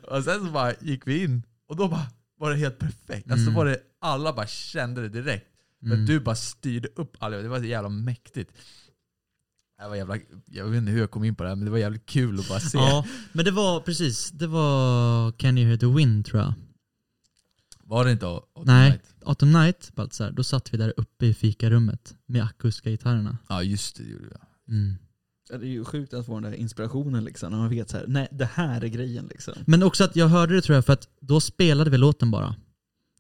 A: och sen så bara gick vi in och då bara var det helt perfekt. Alltså
B: Mm.
A: var det, alla bara kände det direkt. Men
B: Mm.
A: du bara styrde upp allihopa. Det var så jävla mäktigt. Det var jävla, jag vet inte hur jag kom in på det här, men det var jävligt kul att bara se.
B: Ja, men det var precis. Det var Can You Hear The Wind tror jag.
A: Var det inte Autumn
B: Nej.
A: Night?
B: Autumn Night, Baltzar, då satt vi där uppe i fikarummet med akustiska gitarrerna.
A: Ja just det, det gjorde jag.
B: Mm.
D: Ja, Det är ju sjukt att få den där inspirationen liksom. När man vet så här, nej det här är grejen liksom.
B: Men också att jag hörde det tror jag för att då spelade vi låten bara.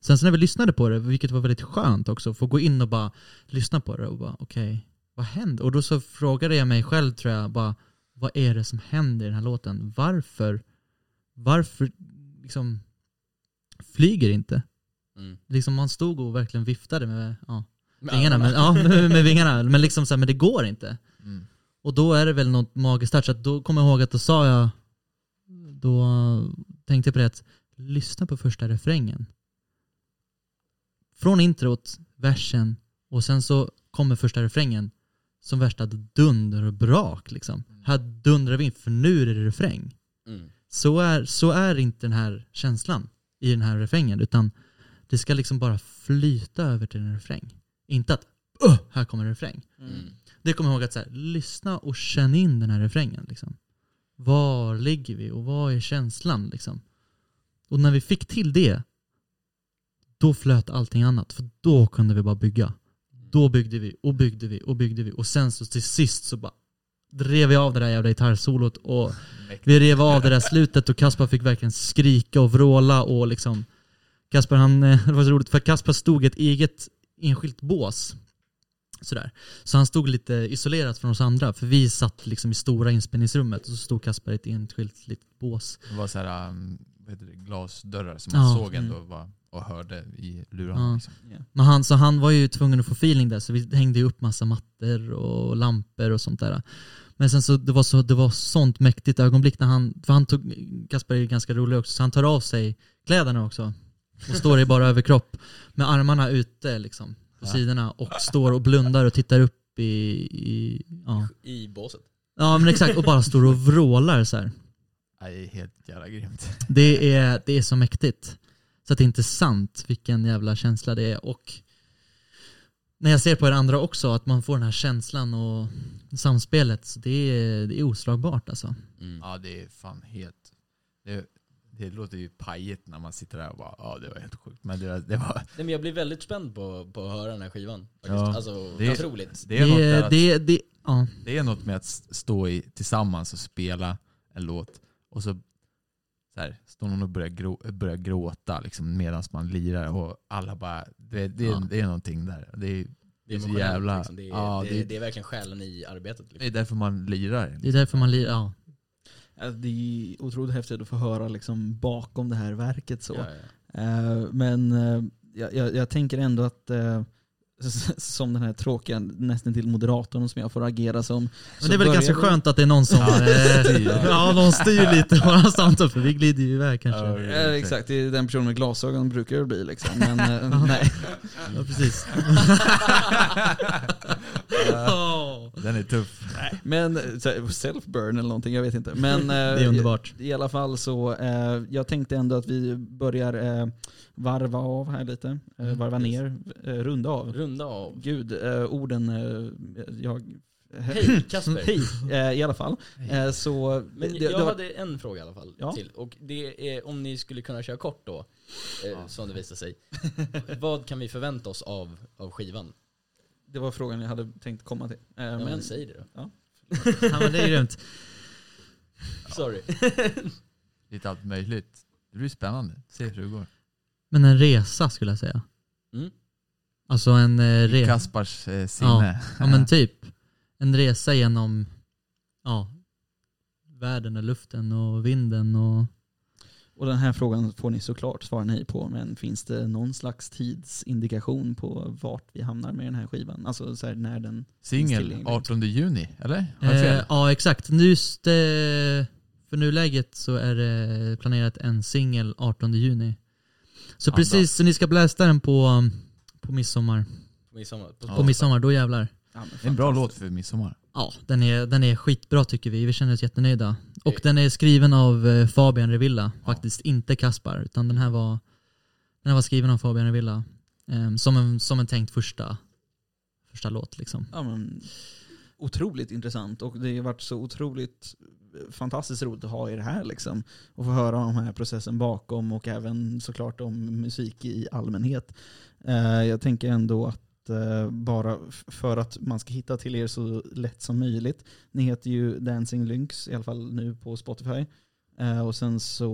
B: Sen så när vi lyssnade på det, vilket var väldigt skönt också, få gå in och bara lyssna på det och bara okej, vad hände? Och då så frågade jag mig själv tror jag bara, vad är det som händer i den här låten? Varför? Varför liksom flyger inte?
C: Mm.
B: Liksom man stod och verkligen viftade med ja,
C: Med
B: vingarna, men,
C: armarna.
B: ja, med, med vingarna, men liksom så här, men det går inte.
A: Mm.
B: Och då är det väl något magiskt där, så att då kommer jag ihåg att då sa jag, då tänkte jag på det att lyssna på första refrängen. Från introt, versen och sen så kommer första refrängen som värsta dunder och brak liksom. Här dundrar vi in för nu är det refräng.
C: Mm.
B: Så är, så är inte den här känslan i den här refrängen utan det ska liksom bara flyta över till en refräng. Inte att "Åh, här kommer en refräng.
C: Mm.
B: Det kommer jag ihåg att så här, lyssna och känn in den här refrängen. Liksom. Var ligger vi och vad är känslan? Liksom? Och när vi fick till det, då flöt allting annat. För då kunde vi bara bygga. Då byggde vi och byggde vi och byggde vi. Och sen så till sist så bara drev vi av det där jävla gitarrsolot och vi rev av det där slutet och Kaspar fick verkligen skrika och vråla och liksom Kaspar han, eh, det var så roligt för Kaspar stod i ett eget enskilt bås. Sådär. Så han stod lite isolerat från oss andra för vi satt liksom i stora inspelningsrummet och så stod Kaspar i ett enskilt litet bås.
A: Det var så här, um, vad heter det, glasdörrar som
B: Ja. Mm.
A: man såg ändå bara, och hörde i lurarna.
B: Ja.
A: Liksom.
B: Men han, så han var ju tvungen att få feeling där så vi hängde ju upp massa mattor och lampor och sånt där. Men sen så det var, så, det var sånt mäktigt ögonblick när han, för han tog, Kaspar är ju ganska rolig också, så han tar av sig kläderna också och står i bara överkropp med armarna ute liksom på
A: Ja.
B: sidorna och står och blundar och tittar upp i, i ja.
C: I båset.
B: ja men exakt och bara står och vrålar så här.
A: Ja, Det är helt jävla
B: Mm.
A: grymt.
B: Det är, det är så mäktigt. Så att det är inte sant vilken jävla känsla det är. Och när jag ser på er andra också, att man får den här känslan och samspelet. Så det, är, det är oslagbart alltså.
C: Mm.
A: Ja det är fan helt... Det, det låter ju pajigt när man sitter där och bara ja det var helt sjukt. Men det, det var...
C: Nej, men jag blir väldigt spänd på, på att höra den här skivan. Faktiskt.
A: Ja.
C: Alltså,
A: Det är-
C: otroligt.
A: Det är, något där alltså.
B: det,
A: att,
B: det, det, ja.
A: det är något med att s- stå i, tillsammans och spela en låt och så, så här, står någon och börjar, grå, börjar gråta liksom, medan man lirar och alla bara... Det, det,
B: Ja.
A: det är någonting där. Det är,
C: Det är
A: så
C: emotionellt,
A: jävla-
C: Liksom. Det, är,
A: ja,
C: det, är-
A: det-
C: det är verkligen själen i arbetet.
A: det
C: Liksom.
A: är därför man lirar.
B: det är därför man lirar. Ja.
D: Ja, Alltså, Det är ju otroligt häftigt att få höra liksom bakom det här verket så.
C: Ja, ja.
D: Eh, Men eh, jag, jag, jag tänker ändå att eh, som den här tråkiga nästan till moderatorn som jag får agera som. så
B: Men det är väl
D: börjar
B: ganska
D: vi-
B: skönt att det är någon som
A: Ja,
B: eh,
A: styr.
B: ja, någon styr lite våra samtal för vi glider ju iväg kanske.
A: Ja,
D: Ja, Eh, exakt, det är den personen med glasögon brukar det bli liksom. Men eh, nej.
B: Ja, precis.
A: Ja.
B: Åh.
A: Den är är tuff.
D: Men eh, så här, self-burn eller någonting, jag vet inte. Men, det
B: Det är underbart.
D: I alla fall så, eh, jag tänkte ändå att vi börjar eh, varva av här lite. Eh,
C: Mm,
D: varva
C: yes.
D: ner, eh, runda av.
C: Runda av.
D: Gud, eh, orden eh, jag...
C: Hej Kasper.
D: Hej, eh, i alla fall. Eh, så,
C: Men
D: det- det
C: jag
D: var-
C: hade en fråga i alla fall
D: Ja.
C: till. Och det är om ni skulle kunna köra kort då, eh, som det visar sig. Vad kan vi förvänta oss av, av skivan?
D: det var frågan jag hade tänkt komma till. Eh,
C: Ja, men
D: men,
C: säg det då.
B: Ja, men det är grymt.
C: Sorry.
A: Lite allt möjligt. Det blir spännande. Se hur det går.
B: Men en resa skulle jag säga.
C: Mm.
B: Alltså en eh,
A: I
B: resa.
A: Kaspars eh, sinne.
B: Ja men typ. En resa genom ja, världen och luften och vinden och...
D: och den här frågan får ni såklart svara nej på, men finns det någon slags tidsindikation på vart vi hamnar med den här skivan? Alltså så här, när den...
A: Singel
D: Tillgängligt.
A: 18 juni, eller? Har jag fel?
B: Eh, ja exakt. Nu Just, eh, för nuläget så är det planerat en singel 18 juni. Så
A: Andas.
B: precis, så ni ska blästa den på, um, på midsommar.
C: På midsommar. På
A: Ja.
B: På midsommar, då jävlar.
D: Ja, men
A: det är en bra
D: fantastiskt.
A: låt för midsommar.
B: Ja, den är, den är skitbra tycker vi. Vi känner oss jättenöjda. Och den är skriven av eh, Fabian Revilla,
A: Ja.
B: faktiskt inte Kaspar. Utan den här var, den här var skriven av Fabian Revilla. ehm, som, en, som en tänkt första, första låt liksom.
D: Ja, men, otroligt intressant och det har varit så otroligt fantastiskt roligt att ha er här liksom. Och få höra om den här processen bakom och även såklart om musik i allmänhet. Eh, jag tänker ändå att eh, bara f- för att man ska hitta till er så lätt som möjligt. Ni heter ju Dancing Lynx, i alla fall nu på Spotify. Eh, och sen så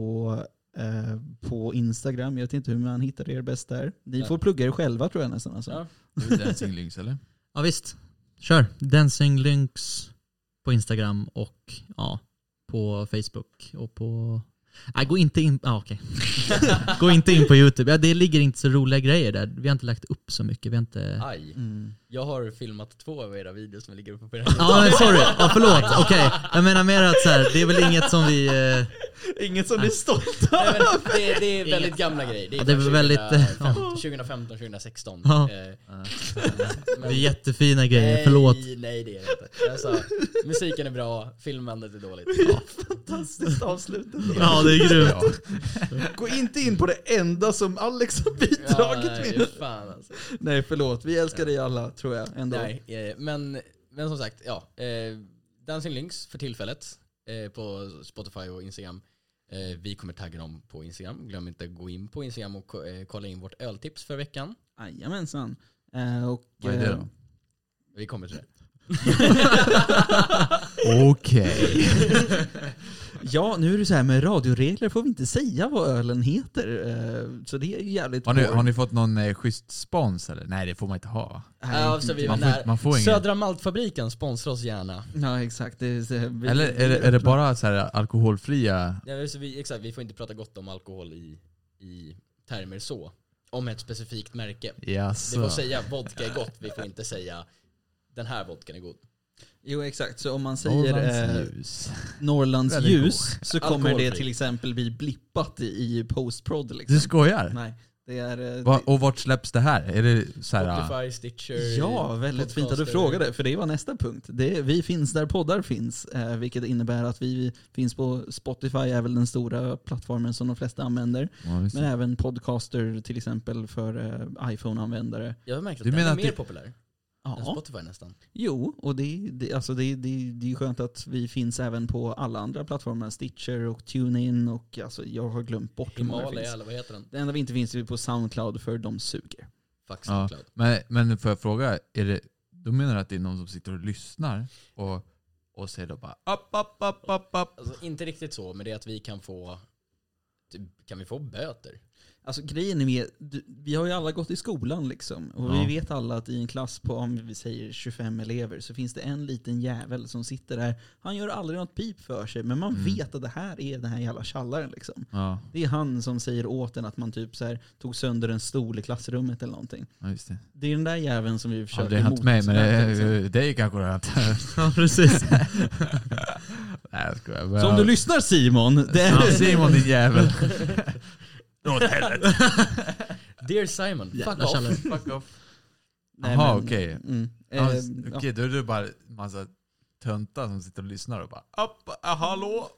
D: eh, på Instagram, jag vet inte hur man hittar er bäst där. Ni
C: Nej.
D: får plugga er själva tror jag nästan. Alltså.
C: Ja.
A: Det är Dancing Lynx, eller?
B: Ja visst, kör. Dancing Lynx på Instagram och ja, på Facebook och på... Nej, gå inte in... Ah, okej. gå inte in på YouTube. Ja, det ligger inte så roliga grejer där. Vi har inte lagt upp så mycket. Vi har inte...
C: Aj.
D: Mm.
C: Jag har filmat två av era videos som ligger uppe på den.
B: Ja, men sorry. Ja, förlåt. Okej. Jag menar mer att så här, det är väl inget som vi... Eh,
D: Inget som ni är stolta
C: Nej, men det, det är väldigt gamla grejer. Det är,
B: Ja, det är
C: från
B: väldigt, eh,
C: 2015, 2015, 2016.
B: Ja.
C: Eh,
B: det är
C: men-
B: jättefina grejer. Förlåt.
C: Nej, nej det är det inte. Alltså, musiken är bra, filmandet är dåligt.
D: Fantastiskt avslut.
B: Ja, det är grymt.
A: Ja.
D: Gå inte in på det enda som Alex har bidragit
C: nej,
D: med.
C: fan alltså.
D: Nej förlåt, vi älskar dig alla tror jag ändå.
C: Nej, eh, men, men som sagt, ja. Eh, Dancing Lynx för tillfället eh, på Spotify och Instagram. Eh, vi kommer tagga dem på Instagram. Glöm inte att gå in på Instagram och ko- eh, kolla in vårt öltips för veckan.
D: Jajamensan. Eh, och,
A: Vad är det då?
C: Vi kommer till det.
A: Okej.
D: Ja, nu är det så här med radioregler får vi inte säga vad ölen heter. Eh, så det är ju jävligt
A: Har ni,
D: porr.
A: har ni fått någon eh, schysst spons eller? Nej det får man inte ha va?
D: Nej,
C: Ja, så vi-
A: Man
C: Men
A: får,
C: där-
A: inte- man får ingen.
C: Södra Maltfabriken sponsrar oss gärna.
D: Ja exakt. Det är, så här- vi-
A: Eller är det, är det bara så här alkoholfria?
C: Ja, så vi, exakt, vi får inte prata gott om alkohol i, i termer så. Om ett specifikt märke. Vi får
A: Jaså?
C: säga vodka är gott, vi får inte säga den här vodkan är god.
D: Jo exakt, så om man säger eh,
A: Norrlands ljus.
D: Norrlands
A: Väldigt
D: ljus så kommer det
C: Alkoholfri.
D: till exempel bli blippat i, i postprod. Liksom.
A: Du skojar?
D: Nej, det är... eh,
A: Va, och vart släpps det här? Är det så här? ah,
C: Spotify, Stitcher,
D: Ja, väldigt fint att du
C: podcaster.
D: frågade, för det var nästa punkt. Det, vi finns där poddar finns, eh, vilket innebär att vi finns på Spotify, är väl den stora plattformen som de flesta använder.
A: ja, just
D: Men
A: det.
D: även Podcaster till exempel för eh, iPhone-användare.
C: Jag har märkt att
A: Du
C: den
A: menar
C: är
A: att
C: mer
A: det-
C: populär än
D: Ja,
C: Spotify nästan.
D: jo, och det, det, alltså det, det, det är ju skönt att vi finns även på alla andra plattformar, Stitcher och TuneIn och alltså, jag har glömt bort hur många det
C: Himalaya
D: finns.
C: eller vad heter den?
D: Det enda vi inte finns är på Soundcloud för de suger.
C: Fuck
A: Ja.
C: Soundcloud.
A: Men, men får jag fråga, är det, då menar du att det är någon som sitter och lyssnar och, och säger då bara upp, upp, upp, upp, upp.
C: Alltså inte riktigt så, men det är att vi kan få typ, kan vi få böter?
D: Alltså grejen är, med- du- vi har ju alla gått i skolan liksom. Och
A: Ja.
D: vi vet alla att i en klass på, om vi säger 25 elever, så finns det en liten jävel som sitter där. Han gör aldrig något pip för sig, men man
A: Mm.
D: vet att det här är den här jävla tjallaren liksom.
A: Ja,
D: Det är han som säger åt en att man typ så här, tog sönder en stol i klassrummet eller någonting.
A: ja, just det.
D: Det är den där jäveln som vi
A: Har
D: försöker
A: det hänt mig, men
D: motverka, liksom.
A: det, det är kanske det har hänt.
B: Ja, precis.
A: Nej jag skojar.
D: Så om du lyssnar Simon, det
A: Ja,
D: är...
A: Simon din jävel. Dra åt helvete.
C: Dear Simon,
B: Jävlar,
C: fuck off.
B: Kalle.
A: Fuck off. Jaha,
D: men-
A: okej.
D: Mm.
A: Ja,
D: Eh,
A: Okej,
D: ja.
A: då är det bara massa töntar som sitter och lyssnar och bara Upp, ah, hallå,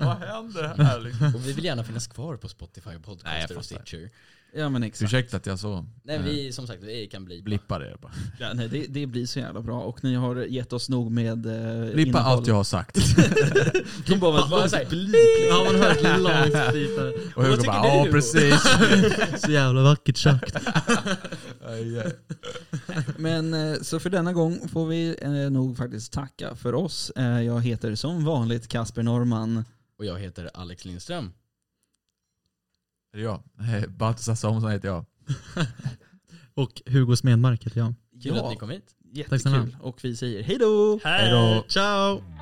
A: vad händer här? Liksom.
C: Och vi vill gärna finnas kvar på Spotify och
A: Nej, jag
C: podcaster och
A: fattar.
C: Stitcher.
D: ja, men exakt.
A: Ursäkta att jag så
C: Nej
A: eh,
C: vi, som sagt, vi kan bli
A: blippar er bara.
D: Ja, nej, det, det blir så jävla bra och ni har gett oss nog med eh,
A: Blippa allt jag har sagt.
D: De bara,
C: Bara
D: bara
C: så här,
B: Ja, man hör ett långt beep där.
A: Och jag
C: tycker
A: bara,
C: du,
A: ja
C: Hugo?"
A: precis.
B: Så jävla vackert sagt.
D: Men eh, så för denna gång får vi eh, nog faktiskt tacka för oss. Eh, Jag heter som vanligt Kasper Norman.
C: Och jag heter Alex Lindström.
A: Är det jag? Eh, Baltasar Samuelsson heter jag.
B: Och Hugo Smedmark heter jag.
C: Kul att ni kom hit.
D: jättekul.
B: snälla.
D: Och vi säger hej då!
A: Hej då.
B: Ciao!